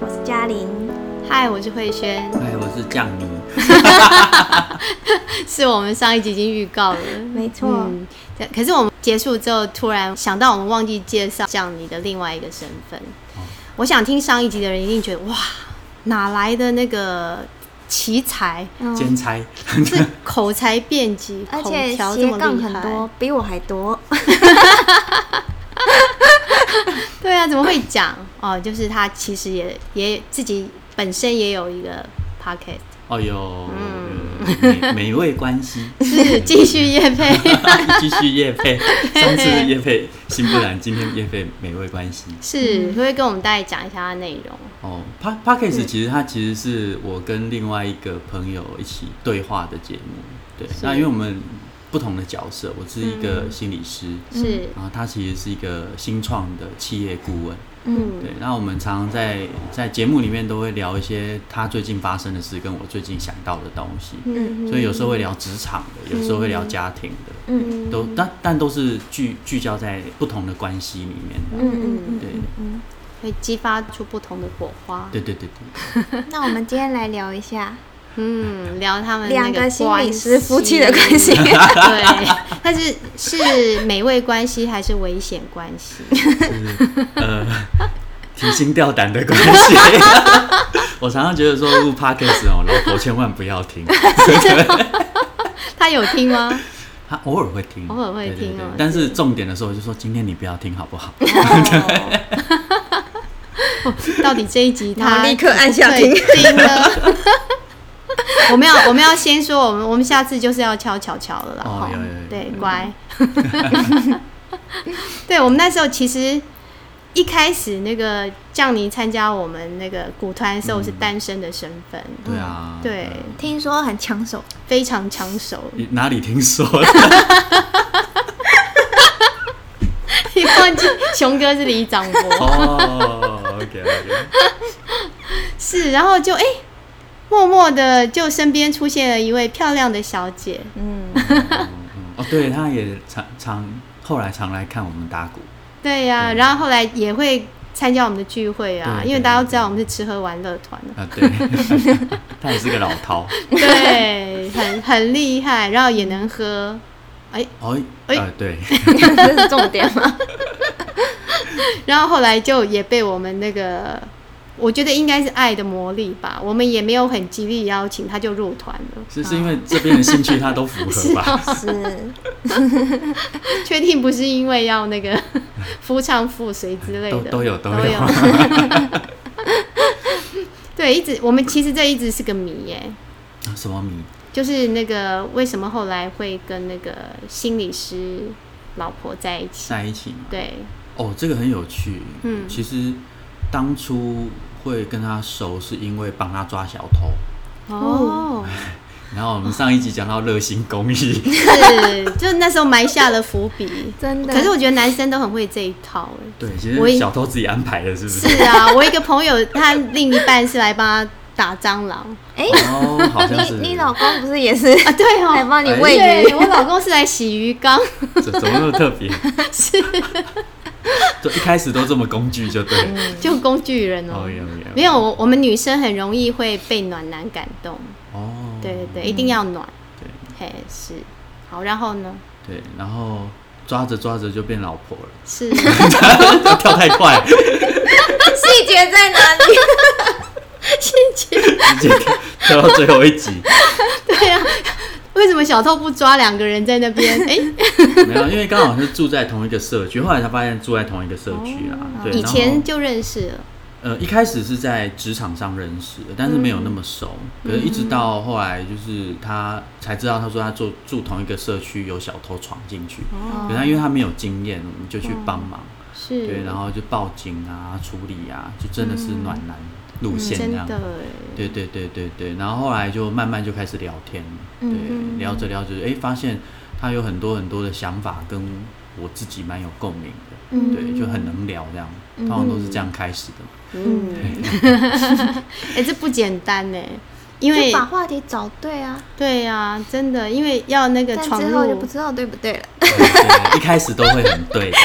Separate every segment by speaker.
Speaker 1: 我是嘉玲。
Speaker 2: 嗨，我是慧轩，
Speaker 3: 哎，我是酱泥，
Speaker 2: 是我们上一集已经预告了，
Speaker 1: 没错，
Speaker 2: 嗯，对可是我们结束之后，突然想到我们忘记介绍像你的另外一个身份。
Speaker 1: 哦
Speaker 2: 我想听上一集的人一定觉得哇，哪来的那个奇才？
Speaker 1: 嗯
Speaker 3: 兼差，
Speaker 2: 是口才辩解，
Speaker 1: 而
Speaker 2: 口
Speaker 1: 且
Speaker 2: 条这
Speaker 1: 斜
Speaker 2: 么
Speaker 1: 杠
Speaker 2: 厉
Speaker 1: 很
Speaker 2: 害。
Speaker 1: 多，比我还多。
Speaker 2: 对啊，怎么会讲？哦，就是他其实也也自己本身也有一个 pocket，
Speaker 3: 哦哟，嗯美美味关系，
Speaker 2: 是继续夜 配。
Speaker 3: 继续夜配，上次夜配新不然，今天夜配美味关系。
Speaker 1: 嗯
Speaker 2: 是，可不可以跟我们大概讲一下它内容？
Speaker 3: 哦 p a p a c k a g e 其实它其实是我跟另外一个朋友一起对话的节目，对，那因为我们不同的角色，我是一个心理师，
Speaker 2: 是，
Speaker 3: 然后他其实是一个新创的企业顾问，
Speaker 2: 嗯，
Speaker 3: 对，那我们常常在在节目里面都会聊一些他最近发生的事，跟我最近想到的东西，
Speaker 2: 嗯
Speaker 3: 所以有时候会聊职场的，有时候会聊家庭的，
Speaker 1: 嗯
Speaker 3: 都但但都是聚聚焦在不同的关系里面的。
Speaker 1: 嗯
Speaker 3: 对
Speaker 1: 嗯
Speaker 2: 会激发出不同的火花。
Speaker 3: 对对对对，
Speaker 1: 嗯。那我们今天来聊一下
Speaker 2: 嗯，聊他们那
Speaker 1: 两个心理
Speaker 2: 关
Speaker 1: 师
Speaker 2: 系
Speaker 1: 夫妻的关。系。
Speaker 2: 对，但是是美味关系还是危险关系？
Speaker 3: 就是呃，提心吊胆的关系。 我常常觉得说录 podcast 哦，老婆千万不要听，
Speaker 2: 他有听吗？
Speaker 3: 她偶尔会听，
Speaker 2: 偶尔会
Speaker 3: 对对
Speaker 2: 听
Speaker 3: 对
Speaker 2: 哦嗯
Speaker 3: 但是重点的时候我就说今天你不要听好不好？
Speaker 2: 到底这一集
Speaker 1: 然
Speaker 2: 他
Speaker 1: 后立刻按下
Speaker 2: 对
Speaker 1: 停
Speaker 2: 听了？ 我们要我们要先说，我们我们下次就是要敲巧巧了啦。
Speaker 3: 哦
Speaker 2: 吼
Speaker 3: 有有有
Speaker 2: 对
Speaker 3: 有，
Speaker 2: 乖。 对我们那时候其实一开始那个酱泥参加我们那个股团的时候是单身的身份，
Speaker 3: 嗯对啊，
Speaker 2: 对
Speaker 3: 呃
Speaker 1: 听说很抢 手，
Speaker 2: 非常抢手。
Speaker 3: 你呃哪里听说的？
Speaker 2: 你忘记熊哥是李长 博
Speaker 3: 哦，OK OK，
Speaker 2: 是，然后就哎、默默的就身边出现了一位漂亮的小姐，
Speaker 1: 嗯，
Speaker 3: 哦，对，他也常常后来常来看我们打鼓，
Speaker 2: 对呀、
Speaker 3: 对
Speaker 2: 然后后来也会参加我们的聚会啊，
Speaker 3: 对
Speaker 2: 因为
Speaker 3: 对
Speaker 2: 大家都
Speaker 3: 对
Speaker 2: 知道我们是吃喝玩乐团的，
Speaker 3: 啊，对， 他也是个老饕。
Speaker 2: 哎对，很 很厉害，然后也能喝，
Speaker 3: 哦，
Speaker 2: 哎
Speaker 3: 呃，对，
Speaker 1: 这是重点吗？
Speaker 2: 然后后来就也被我们那个。我觉得应该是爱的魔力吧，我们也没有很极力邀请，他就入团了。
Speaker 3: 是是因为这边的兴趣他都符合吧？
Speaker 1: 是，
Speaker 2: 确定不是因为要那个 夫唱妇随之类
Speaker 3: 都
Speaker 2: 的，
Speaker 3: 都有都
Speaker 2: 都
Speaker 3: 有
Speaker 2: 有。 对，一直我们其实这一直是个谜耶，
Speaker 3: 啊什么米？
Speaker 2: 就是那个为什么后来会跟那个心理师老婆在一起？
Speaker 3: 在一起嘛？
Speaker 2: 对，
Speaker 3: 哦，这个很有趣。
Speaker 2: 嗯
Speaker 3: 其实当初会跟他熟，是因为帮他抓小偷。
Speaker 2: 哦，
Speaker 3: 然后我们上一集讲到热心公 益，
Speaker 2: 是，就那时候埋下了伏笔。
Speaker 1: 真的。
Speaker 2: 可是我觉得男生都很会这一套哎。
Speaker 3: 对，其
Speaker 2: 我
Speaker 3: 实
Speaker 2: 也
Speaker 3: 小偷自己安排的，是不是？
Speaker 2: 是啊，我一个朋友他另一半是来帮他打蟑螂
Speaker 1: 哎，
Speaker 3: 哦，好像是
Speaker 1: 你你老公不是也 是
Speaker 2: 啊，对
Speaker 1: 来
Speaker 2: 哦。
Speaker 1: 帮你
Speaker 3: 哎
Speaker 1: 喂
Speaker 2: 对，
Speaker 1: 鱼？
Speaker 2: 我老公是来洗鱼缸，
Speaker 3: 怎怎么那么特别？
Speaker 2: 是
Speaker 3: 就一开始都这么工具就对了。
Speaker 2: 就工具人哦
Speaker 3: 哦，。有有
Speaker 2: 没有，我我们女生很容易会被暖男感动，
Speaker 3: 哦，
Speaker 2: 对对对，一定要暖，
Speaker 3: 对
Speaker 2: 嘿是，好，然后呢
Speaker 3: 对，然后抓着抓着就变老婆了，
Speaker 2: 是
Speaker 3: 跳太快，
Speaker 1: 细节在哪里？
Speaker 3: 直接跳跳到最后一集。
Speaker 2: 对啊，为什么小偷不抓两个人在那 边？哎，
Speaker 3: 没有，因为刚好是住在同一个社区，后来才发现住在同一个社区啦。对，
Speaker 2: 哦以
Speaker 3: 然后
Speaker 2: 前就认识了，
Speaker 3: 呃一开始是在职场上认识的，但是没有那么熟，
Speaker 2: 嗯
Speaker 3: 可是一直到后来就是他才知道，他说他住住同一个社区有小偷闯进去，
Speaker 2: 哦
Speaker 3: 可是他因为他没有经验，我们就去帮忙，
Speaker 2: 是，
Speaker 3: 对，然后就报警啊、处理啊，就真的是暖男路线
Speaker 2: 嗯真
Speaker 3: 那样。
Speaker 2: 的
Speaker 3: 对对对对对，然后后来就慢慢就开始聊天，
Speaker 2: 嗯
Speaker 3: 对，聊着聊着，哎，发现他有很多很多的想法跟我自己蛮有共鸣的，
Speaker 2: 嗯
Speaker 3: 对，就很能聊这样，通常都是这样开始的。
Speaker 2: 嗯 哎，嗯，哎，这不简单呢，因为
Speaker 1: 就把话题找对啊，
Speaker 2: 对呀、真的，因为要那个
Speaker 1: 但
Speaker 2: 闯
Speaker 1: 之后就不
Speaker 2: 入，
Speaker 1: 知道对不对了。
Speaker 3: 对一开始都会很对的，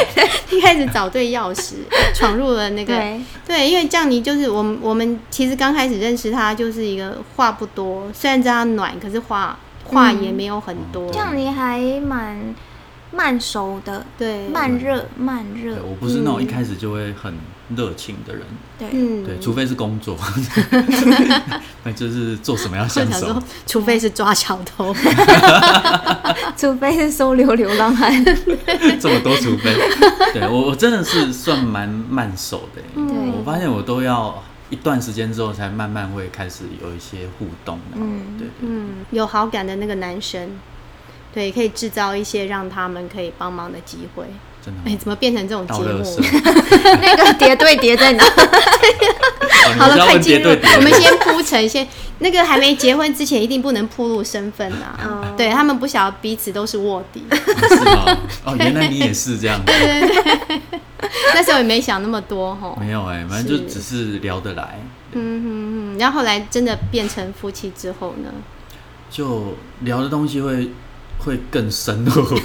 Speaker 2: 一开始找对钥匙， 闯入了那个
Speaker 1: 对，
Speaker 2: 对，因为降妮就是我们，我们其实刚开始认识她就是一个话不多，虽然知道她暖，可是话话也没有很多。
Speaker 1: 嗯这样你还蛮慢熟的，
Speaker 2: 对，
Speaker 1: 慢热慢热
Speaker 3: 对，我不是那种一开始就会很热情的人，
Speaker 1: 对，
Speaker 2: 嗯
Speaker 3: 对，除非是工 作，那就是做什么要
Speaker 2: 我
Speaker 3: 享
Speaker 2: 想
Speaker 3: 受
Speaker 2: 说。，除非是抓小偷，
Speaker 1: 除非是收留流浪汉，
Speaker 3: 这么多除非， 对我我真的是算蛮慢手的欸、
Speaker 2: 嗯
Speaker 1: 对
Speaker 3: 我发现我都要一段时间之后才慢慢会开始有一些互动的、
Speaker 1: 嗯
Speaker 3: 对，
Speaker 2: 嗯，有好感的那个男生，对，可以制造一些让他们可以帮忙的机会。
Speaker 3: 真
Speaker 2: 哎、
Speaker 3: 的
Speaker 2: 怎么变成这种
Speaker 3: 嗯倒
Speaker 2: 节
Speaker 3: 垃
Speaker 2: 目？
Speaker 3: 圾。
Speaker 1: 那个叠对叠在哪？
Speaker 3: 哦 你
Speaker 2: 好
Speaker 3: 们
Speaker 2: 了，
Speaker 3: 是要
Speaker 2: 快
Speaker 3: 问
Speaker 2: 进入
Speaker 3: 叠对叠，，
Speaker 2: 我们先铺陈，先那个还没结婚之前，一定不能铺露身份啊
Speaker 1: 哦。
Speaker 2: 对他们不晓得彼此都是卧底，
Speaker 3: 是吗？ 哦，原来你也是这样。
Speaker 2: 那时候也没想那么多吼。
Speaker 3: 没有哎、反正就只是聊得来，
Speaker 2: 嗯嗯嗯，然后后来真的变成夫妻之后呢，
Speaker 3: 就聊的东西会会 更深哦入。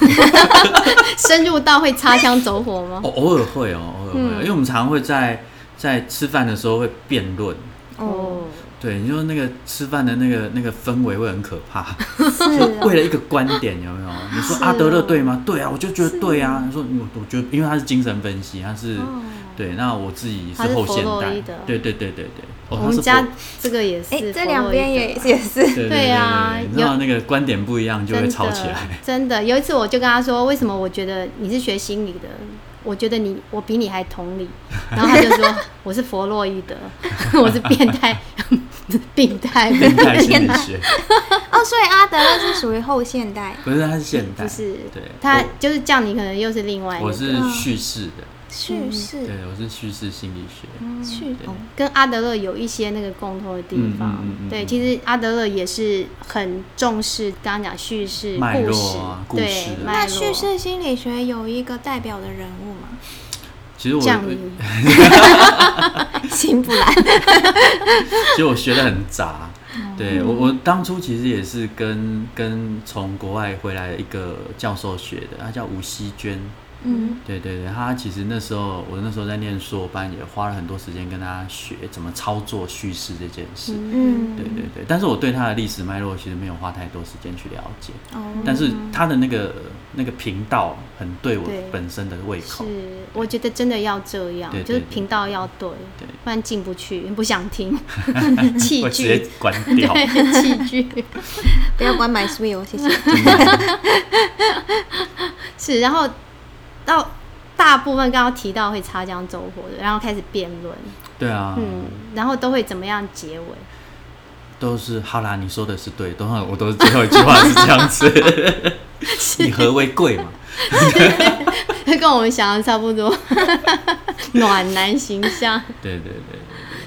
Speaker 2: 深入到会擦枪走火吗？
Speaker 3: 哦，偶尔会哦，偶尔
Speaker 2: 嗯
Speaker 3: 会哦，因为我们常常会在在吃饭的时候会辩论。
Speaker 1: 哦，，
Speaker 3: 对，你说那个吃饭的那个那个氛围会很可怕，
Speaker 1: 是
Speaker 3: 就
Speaker 1: 哦
Speaker 3: 为了一个观点有没有？你说
Speaker 2: 啊是
Speaker 3: 阿德勒
Speaker 2: 哦
Speaker 3: 对吗？对啊，我就觉得对啊。你说我我觉得，因为他是精神分析，他是
Speaker 2: 哦
Speaker 3: 对，那我自己
Speaker 2: 他是
Speaker 3: 后现
Speaker 2: 弗洛
Speaker 3: 代
Speaker 2: 伊德，
Speaker 3: 对对对对对。哦，
Speaker 2: 我
Speaker 3: 他是
Speaker 2: 们
Speaker 3: 弗
Speaker 2: 家这个也是，
Speaker 1: 哎，这两边也也是，
Speaker 3: 对对
Speaker 2: 对啊
Speaker 3: 对对对你知道那个观点不一样就
Speaker 2: 真
Speaker 3: 会
Speaker 2: 的
Speaker 3: 吵起来。
Speaker 2: 真的，有一次我就跟他说，为什么我觉得你是学心理的，我觉得你我比你还同理，然后他就 说我是弗洛伊德，我是变态 病态，
Speaker 3: 变态心理 学
Speaker 1: 哦，所以阿德勒是属于后现代，
Speaker 3: 不是，他是现代，
Speaker 2: 不是
Speaker 3: 对，
Speaker 2: 他嗯
Speaker 3: 我
Speaker 2: 就是这样，你可能又是另外一
Speaker 3: 我
Speaker 2: 个。
Speaker 3: 是叙事的，
Speaker 1: 叙
Speaker 2: 嗯
Speaker 1: 事
Speaker 3: 对，我是叙事心理学，
Speaker 1: 叙
Speaker 3: 对
Speaker 1: 哦
Speaker 2: 跟阿德勒有一些那个共通的地方，
Speaker 3: 嗯嗯嗯嗯
Speaker 2: 对，其实阿德勒也是很重视刚刚讲叙事、
Speaker 3: 脉
Speaker 2: 故
Speaker 3: 络
Speaker 2: 事
Speaker 3: 啊，故
Speaker 2: 对
Speaker 3: 事，啊
Speaker 2: 脉
Speaker 1: 那
Speaker 2: 络
Speaker 1: 叙事心理学有一个代表的人物吗？
Speaker 3: 其实我
Speaker 2: 降临
Speaker 3: 其
Speaker 1: 辛普兰，
Speaker 3: 实我学的很杂。
Speaker 2: 哦
Speaker 3: 对我，我当初其实也是跟跟从国外回来的一个教授学的，他叫吴希娟，
Speaker 1: 嗯，
Speaker 3: 对对对，他其实那时候我那时候在念硕班，也花了很多时间跟他学怎么操作叙事这件事。
Speaker 1: 嗯
Speaker 3: 对对对，但是我对他的历史脉络其实没有花太多时间去了解，
Speaker 2: 嗯
Speaker 1: 哦，
Speaker 3: 但是他的那个那个频道很对我
Speaker 2: 对
Speaker 3: 本身的胃口。
Speaker 2: 是，我觉得真的要这样，
Speaker 3: 对对
Speaker 2: 就是
Speaker 3: 对
Speaker 2: 频道要对，
Speaker 3: 对
Speaker 2: 不然进不 去，不想听器
Speaker 3: 会直
Speaker 2: 具
Speaker 3: 接， 关掉，
Speaker 2: 对器具
Speaker 1: 不要关 My Sweet 哦，谢 谢。
Speaker 2: 是，然后到大部分刚刚提到会擦枪走火的，然后开始辩论，
Speaker 3: 对啊，
Speaker 2: 嗯，然后都会怎么样结尾？
Speaker 3: 都是好啦，你说的是对，等会我都是最后一句话是这样子， 以和为贵嘛，
Speaker 2: 跟我们想的差不多， 暖男形 象。
Speaker 3: 对对对，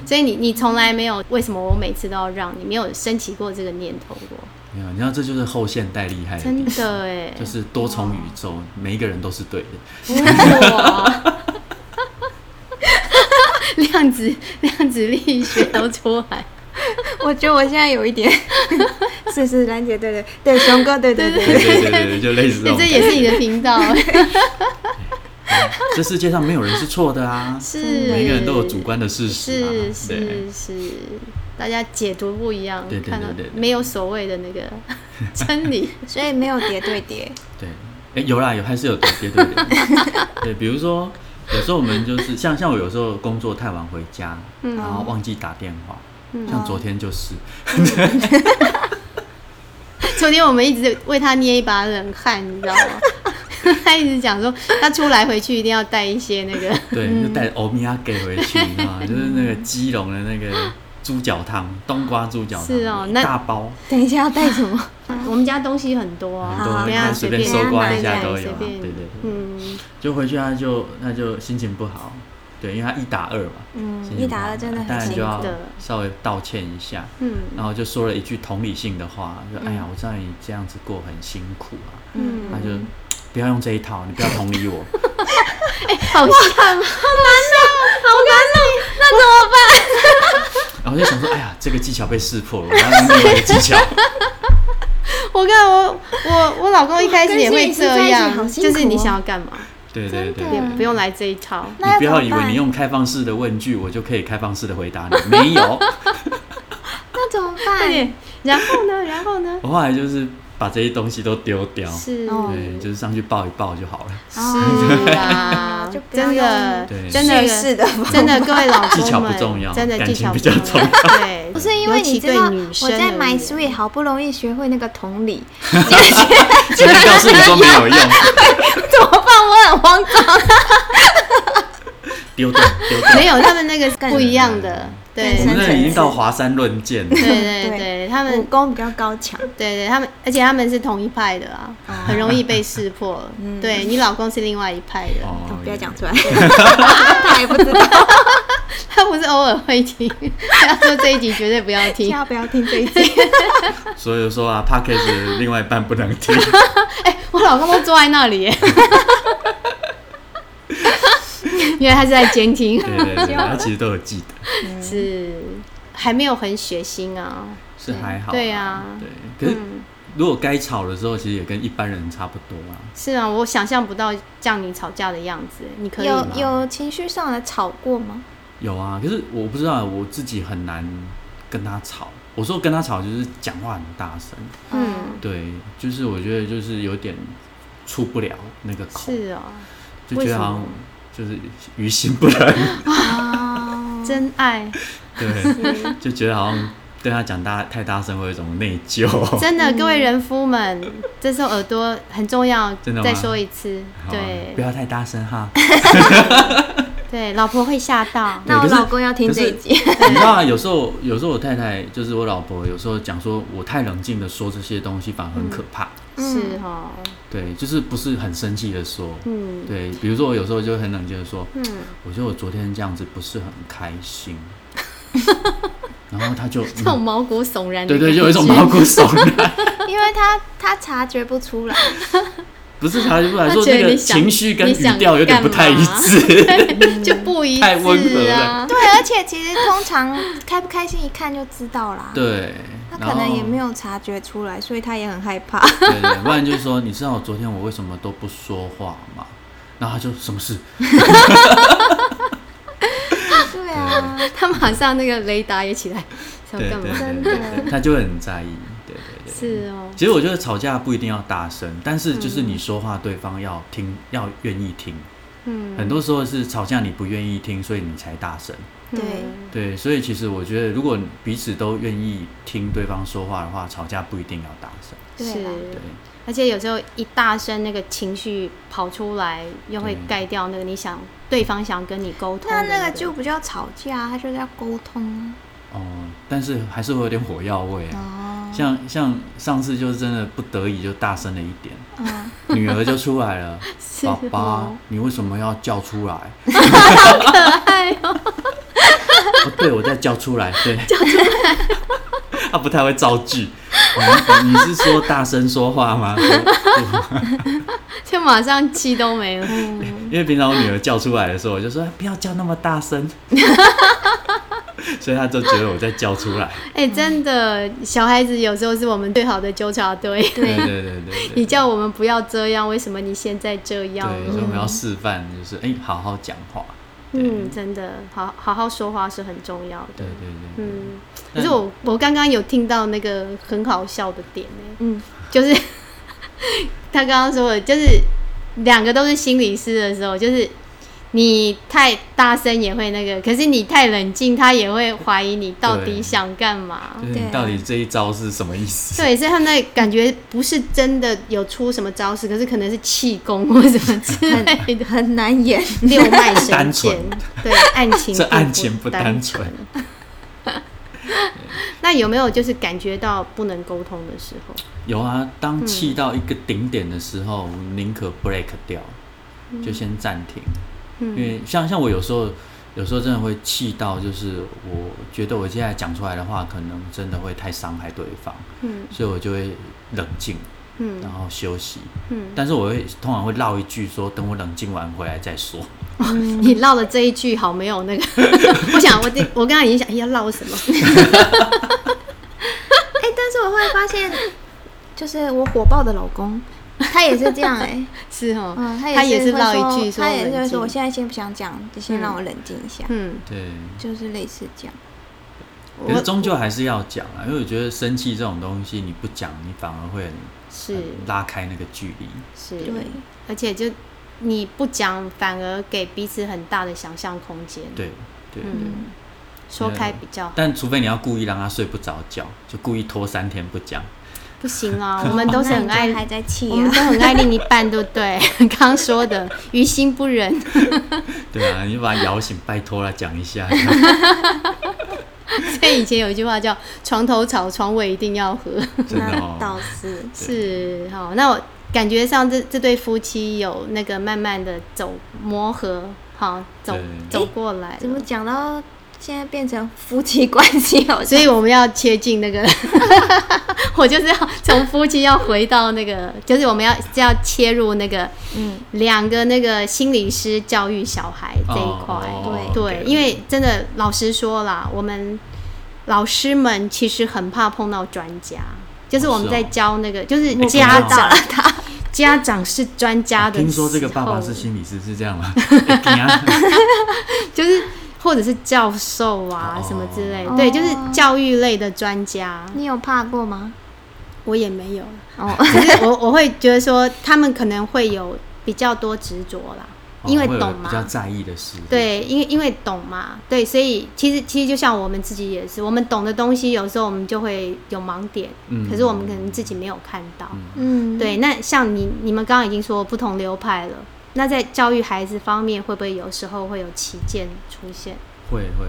Speaker 2: 所以你你从来没有为什么我每次都要让你，没有升起过这个念头过，
Speaker 3: 没有，你知道这就是后现代厉害的地
Speaker 2: 真
Speaker 3: 方，
Speaker 2: 的哎，
Speaker 3: 就是多重宇宙，每一个人都是对 的，
Speaker 2: 哇！ 量子量子力学都出来，
Speaker 1: 我觉得我现在有一 点，是是兰姐，对对对，熊哥，对对对
Speaker 3: 对
Speaker 1: 对，
Speaker 3: 对对对，就类似这
Speaker 2: 对
Speaker 3: 种
Speaker 2: 这
Speaker 3: 感
Speaker 2: 也
Speaker 3: 觉，
Speaker 2: 是你的频道，
Speaker 3: 这世界上没有人是错的 啊，
Speaker 2: 是
Speaker 3: 每一个人都有主观的事实啊，
Speaker 2: 是是
Speaker 3: 对
Speaker 2: 是，大家解读不一样
Speaker 3: 对，对
Speaker 2: 看到
Speaker 3: 对对对
Speaker 2: 没有所谓的那个 真理，
Speaker 1: 所以没有叠对叠，
Speaker 3: 对，哎、有啦，有还是有对对对对， 对，比如说有时候我们就是像像我有时候工作太晚回家，
Speaker 2: 嗯
Speaker 3: 然后忘记打电话，像昨天就是。
Speaker 2: 昨天我们一直为他捏一把冷汗，你知道吗？ 他一直讲说，他出来回去一定要带一些那个，
Speaker 3: 对，就带欧米亚给回去，你知道吗？就是那个基隆的那个猪脚汤，冬瓜猪脚汤，
Speaker 2: 是哦
Speaker 3: 一
Speaker 2: 那
Speaker 3: 大包，
Speaker 1: 等一下要带什么？
Speaker 2: 我们家东西很多啊，
Speaker 3: 很多
Speaker 2: 等一
Speaker 3: 那
Speaker 2: 下
Speaker 3: 随
Speaker 2: 随
Speaker 3: 便
Speaker 2: 便
Speaker 3: 搜刮一下
Speaker 2: 对
Speaker 3: 都有
Speaker 2: 随
Speaker 3: 啊，
Speaker 2: 便
Speaker 3: 对对对，
Speaker 2: 嗯，
Speaker 3: 就回去他就他就心情不好，对，因为他一打二嘛，
Speaker 1: 嗯
Speaker 3: 心情
Speaker 1: 一
Speaker 3: 不好啊
Speaker 1: 打二真的
Speaker 3: 当
Speaker 1: 很
Speaker 3: 然
Speaker 1: 辛
Speaker 3: 就要
Speaker 1: 苦，
Speaker 2: 的
Speaker 3: 稍微道歉一下，
Speaker 2: 嗯
Speaker 3: 然后就说了一句同理性的话，就哎呀，我知道你这样子过很辛苦啊，
Speaker 2: 嗯，
Speaker 3: 他就不要用这一套，你不要同理我，
Speaker 2: 好像
Speaker 1: 那怎么办？
Speaker 3: 然后我就想说，哎呀，这个技巧被识破了，我要用另外一个技巧。
Speaker 2: 我看我我我老公一开始也会这
Speaker 1: 哇
Speaker 2: 样，
Speaker 1: 跟心理师在一起好辛苦
Speaker 2: 就
Speaker 1: 哦
Speaker 2: 是你想要干嘛，
Speaker 3: 对对对
Speaker 1: 真
Speaker 3: 对
Speaker 1: 的
Speaker 2: 不用来这一套。
Speaker 1: 那要
Speaker 3: 你不要
Speaker 1: 怎么
Speaker 3: 以为
Speaker 1: 办
Speaker 3: 你用开放式的问句，我就可以开放式的回答你。没 有，
Speaker 1: 那怎么
Speaker 2: 快
Speaker 1: 办？
Speaker 2: 点，然后 呢？然后呢？
Speaker 3: 我后来就是把这些东西都丢掉，
Speaker 2: 是，
Speaker 1: 哦
Speaker 3: 对，就是上去抱一抱就 好了。
Speaker 2: 是啦
Speaker 1: 就，不要
Speaker 2: 真的
Speaker 3: 用，
Speaker 2: 真的
Speaker 1: 叙事啊的方法
Speaker 2: 真的，各位老公们，
Speaker 3: 技巧不重要
Speaker 2: 真的
Speaker 3: 感
Speaker 2: 技
Speaker 3: 情
Speaker 2: 巧
Speaker 3: 比较
Speaker 2: 重要。对，
Speaker 1: 不是因为
Speaker 2: 尤其
Speaker 1: 你知
Speaker 2: 对
Speaker 1: 道
Speaker 2: 女
Speaker 1: 我
Speaker 2: 生
Speaker 1: 在
Speaker 2: 而
Speaker 1: My
Speaker 2: 言
Speaker 1: Sweet 好不容易学会那个同理，
Speaker 3: 今天告诉你说没有用，
Speaker 1: 怎么办？我很慌张。
Speaker 3: 丢掉丢掉。
Speaker 2: 没有他们那个是不一样的，对
Speaker 3: 我
Speaker 1: 更
Speaker 3: 们
Speaker 1: 深
Speaker 3: 那已经到华山论剑了。
Speaker 2: 对对
Speaker 1: 对
Speaker 2: 对，他
Speaker 1: 武
Speaker 2: 们
Speaker 1: 功比较高强，哦
Speaker 2: 对对他们，而且他们是同一派的啊，很容易被识 破。
Speaker 1: 嗯
Speaker 2: 对你老公是另外一派的，
Speaker 1: 哦
Speaker 3: 哦，
Speaker 1: 不要讲 出来，他还不知道，
Speaker 2: 他不是偶尔会听， 他说这一集绝对不要
Speaker 1: 千
Speaker 2: 听。
Speaker 1: 万不要听这 一句。
Speaker 3: 所以说啊 p a c k a g e 另外一半不能 听。
Speaker 2: 我老公都坐在那里耶，因为他是在监听，
Speaker 3: 对对对，他其实都有记得，
Speaker 1: 嗯
Speaker 2: 是还没有很血腥啊。
Speaker 3: 是还好。
Speaker 2: 对啊
Speaker 3: 对。可是
Speaker 1: 嗯
Speaker 3: 如果该吵的时候，其实也跟一般人差不多啊。
Speaker 2: 是啊，我想象不到叫你吵架的样子，你可以
Speaker 1: 有
Speaker 2: 吗？
Speaker 1: 有情绪上的吵过吗？
Speaker 3: 有啊，可是我不知道我自己很难跟他吵。我说跟他吵就是讲话很大声，
Speaker 2: 嗯，
Speaker 3: 对，就是我觉得就是有点出不了那个口，
Speaker 2: 是哦，
Speaker 3: 就觉
Speaker 2: 为什
Speaker 3: 得
Speaker 2: 么
Speaker 3: 好像就是于心不忍，
Speaker 1: 啊，
Speaker 2: 真爱，
Speaker 3: 对，就觉得好像对他讲大太大声会有一种内 疚。
Speaker 1: 哦
Speaker 3: 啊
Speaker 2: 真的，各位人夫们，这时候耳朵很重要
Speaker 3: 真的，吗
Speaker 2: 再
Speaker 3: 啊
Speaker 2: 说一次，
Speaker 3: 不
Speaker 2: 对
Speaker 3: 要太大声哈。
Speaker 2: 对，老婆会吓到，
Speaker 1: 那我
Speaker 3: 可是
Speaker 1: 老公要听这一集，
Speaker 3: 你知道啊，有时候有时候我太太就是我老婆，有时候讲说我太冷静的说这些东西，反而很可怕。
Speaker 1: 嗯
Speaker 2: 是哦，
Speaker 3: 对，就是不是很生气的说。
Speaker 2: 嗯
Speaker 3: 对，比如说我有时候就很冷静的说，
Speaker 2: 嗯，
Speaker 3: 我觉得我昨天这样子不是很开 心，然后他就、
Speaker 2: 这种
Speaker 3: 嗯、
Speaker 2: 毛骨悚然的感
Speaker 3: 对
Speaker 2: 觉，
Speaker 3: 对，就有一种毛骨悚然，
Speaker 1: 因为他他察觉不出来，
Speaker 3: 不是察觉不来
Speaker 2: 他
Speaker 3: 说
Speaker 2: 觉得
Speaker 3: 那个
Speaker 2: 你想
Speaker 3: 情绪跟
Speaker 2: 你
Speaker 3: 语
Speaker 2: 想
Speaker 3: 调有点不太一
Speaker 2: 干嘛
Speaker 3: 致，
Speaker 2: 就不一
Speaker 3: 太温和
Speaker 2: 致啊
Speaker 3: 了，
Speaker 1: 对，而且其实通常开不开心一看就知道啦。
Speaker 3: 对，
Speaker 1: 他
Speaker 3: 然
Speaker 1: 可
Speaker 3: 后
Speaker 1: 能也没有察觉出来，所以他也很害怕。
Speaker 3: 对对，不然就是说，你知道我昨天我为什么都不说话吗？然后他就什么事？
Speaker 1: 对啊，
Speaker 2: 他马上那个雷达也起来，想
Speaker 3: 对
Speaker 2: 干
Speaker 3: 对
Speaker 2: 嘛？
Speaker 3: 对
Speaker 1: 真
Speaker 3: 对
Speaker 1: 的
Speaker 3: 对，他就会很在意。对对对，
Speaker 2: 是哦，
Speaker 3: 其实我觉得吵架不一定要大声，但是就是你说话，对方要听，要愿意听。
Speaker 2: 嗯，
Speaker 3: 很多时候是吵架你不愿意听，所以你才大声。
Speaker 2: 嗯
Speaker 1: 对
Speaker 3: 对，所以其实我觉得，如果彼此都愿意听对方说话的话，吵架不一定要大声。
Speaker 1: 对啦
Speaker 2: 是
Speaker 3: 对，
Speaker 2: 而且有时候一大声，那个情绪跑出来，又会
Speaker 3: 嗯
Speaker 2: 盖掉那个你想对方想跟你沟通的、
Speaker 1: 那那个就不叫吵架，他就叫沟通
Speaker 3: 哦、但是还是会有点火药味啊。
Speaker 1: 哦。
Speaker 3: 像像上次就真的不得已就大声了一点，
Speaker 1: 嗯，
Speaker 3: 女儿就出来 了，
Speaker 2: 是
Speaker 3: 爸
Speaker 2: 哦
Speaker 3: 爸，你为什么要叫出来？
Speaker 2: 哎呦，
Speaker 3: 哦，对，我在叫出来，对， 叫出来。他不太会造句、哦你你是说大声说话吗？
Speaker 2: 就马上气都没了。
Speaker 3: 因为平常我女儿叫出来的时候，我就说不要叫那么大声，所以她就觉得我在叫出来。
Speaker 2: 哎、真的，小孩子有时候是我们最好的纠察队。
Speaker 3: 对对对对对。
Speaker 2: 你叫我们不要这样，为什么你现在这样？
Speaker 3: 对，所以我们要示范，就是哎、好好讲话。
Speaker 2: 嗯，真的，好好好说话是很重要的
Speaker 3: 对。对对，
Speaker 2: 嗯，可
Speaker 3: 但
Speaker 2: 是我我刚刚有听到那个很好笑的点呢，
Speaker 1: 嗯，
Speaker 2: 就是 他刚刚说的，就是两个都是心理师的时候，就是你太大声也会那个，可是你太冷静，他也会怀疑你到底
Speaker 3: 对
Speaker 2: 想干嘛。
Speaker 3: 就是
Speaker 1: 对啊，
Speaker 3: 你到底这一招是什么意思？
Speaker 2: 对，所以他们那感觉不是真的有出什么招式，可是可能是气功或什么之类的
Speaker 1: 很难演。
Speaker 2: 六脉神
Speaker 3: 单
Speaker 2: 剑
Speaker 3: 纯，
Speaker 2: 对，案情
Speaker 3: 这
Speaker 2: 并
Speaker 3: 案情不
Speaker 2: 单
Speaker 3: 单纯。
Speaker 2: 那有没有就是感觉到不能沟通的时候？
Speaker 3: 有啊，当气到一个顶点的时候，我宁可 break 掉，就先暂停。因为像像我有时候，有时候真的会气到，就是我觉得我现在讲出来的话，可能真的会太伤害对方，
Speaker 2: 嗯
Speaker 3: 所以我就会冷静，
Speaker 2: 嗯
Speaker 3: 然后休息。
Speaker 2: 嗯，
Speaker 3: 但是我会通常会绕一句说，等我冷静完回来再说。嗯
Speaker 2: 你唠的这一句好没有那个，我想我得我刚刚已经想哎要唠什 么，
Speaker 1: 哎、但是我后来发现，就是我火爆的老公，他也是这样哎、
Speaker 2: 是哦，
Speaker 1: 嗯，他
Speaker 2: 他
Speaker 1: 也
Speaker 2: 也是
Speaker 1: 会
Speaker 2: 唠一
Speaker 1: 说嗯
Speaker 2: 句说
Speaker 1: 他也是
Speaker 2: 冷
Speaker 1: 会
Speaker 2: 静
Speaker 1: 说我现在先不想讲，就先让我冷静一下，
Speaker 2: 嗯，
Speaker 3: 对，
Speaker 1: 就是类似这样。
Speaker 3: 可是终究还是要讲啊，因为我觉得生气这种东西，你不讲，你反而会很
Speaker 2: 是嗯
Speaker 3: 很拉开那个距离。
Speaker 2: 是，
Speaker 1: 对，
Speaker 2: 而且就你不讲，反而给彼此很大的想象空间，，
Speaker 3: 对对，
Speaker 2: 嗯，说开比较好
Speaker 3: 但除非你要故意让他睡不着觉，就故意拖三天不 讲。
Speaker 2: 不行啊，我们都是很
Speaker 1: 那你就
Speaker 2: 爱
Speaker 1: 还在气
Speaker 2: 我们
Speaker 1: 啊，
Speaker 2: 都很爱另一半，对不对？ 刚说的于心不忍，
Speaker 3: 对啊，你就把他摇醒，拜托了，讲 一下。
Speaker 2: 所以以前有一句话叫“床头吵，床尾一定要和
Speaker 3: 真的
Speaker 1: 那
Speaker 3: 哦
Speaker 1: 倒，是”，
Speaker 2: 是哈、哦。那我感觉上这这对夫妻有那个慢慢的走磨合，好、走
Speaker 3: 对
Speaker 2: 走过来
Speaker 1: 怎
Speaker 2: 了
Speaker 1: 么讲到现在变成夫妻关系好
Speaker 2: 所
Speaker 1: 像
Speaker 2: 以我们要切近那个， 我就是要从夫妻要回到那个，就是我们要要切入那个
Speaker 1: 嗯，
Speaker 2: 两个那个心理师教育小孩这一块。
Speaker 3: 哦
Speaker 1: 对
Speaker 2: 对，因为真的老实说啦，我们老师们其实很怕碰到专家，就是我们
Speaker 3: 哦
Speaker 2: 在
Speaker 3: 是哦
Speaker 2: 教那个，就是
Speaker 3: 我
Speaker 2: 家
Speaker 3: 不知道
Speaker 2: 长，家长是专家的时候。
Speaker 3: 哦听说这个爸爸是心理师，是这样吗？哎对啊
Speaker 2: 就是或者是教授啊、
Speaker 3: 哦
Speaker 2: 什么之类的，
Speaker 1: 哦
Speaker 2: 对，就是教育类的专家，
Speaker 1: 你有怕过吗？
Speaker 2: 我也没有，
Speaker 1: 哦，
Speaker 2: 只是我我会觉得说他们可能会有比较多执着啦，
Speaker 3: 哦
Speaker 2: 因为
Speaker 3: 会有
Speaker 2: 懂嘛啊
Speaker 3: 比较在意的事。，
Speaker 2: 对，因为因为懂嘛，对，所以其实其实就像我们自己也是，我们懂的东西有时候我们就会有盲点，
Speaker 3: 嗯
Speaker 2: 可是我们可能自己没有看到。
Speaker 1: 嗯，
Speaker 2: 对，那像你你们刚刚已经说不同流派了，那在教育孩子方面会不会有时候会有旗舰出现？
Speaker 3: 会会会，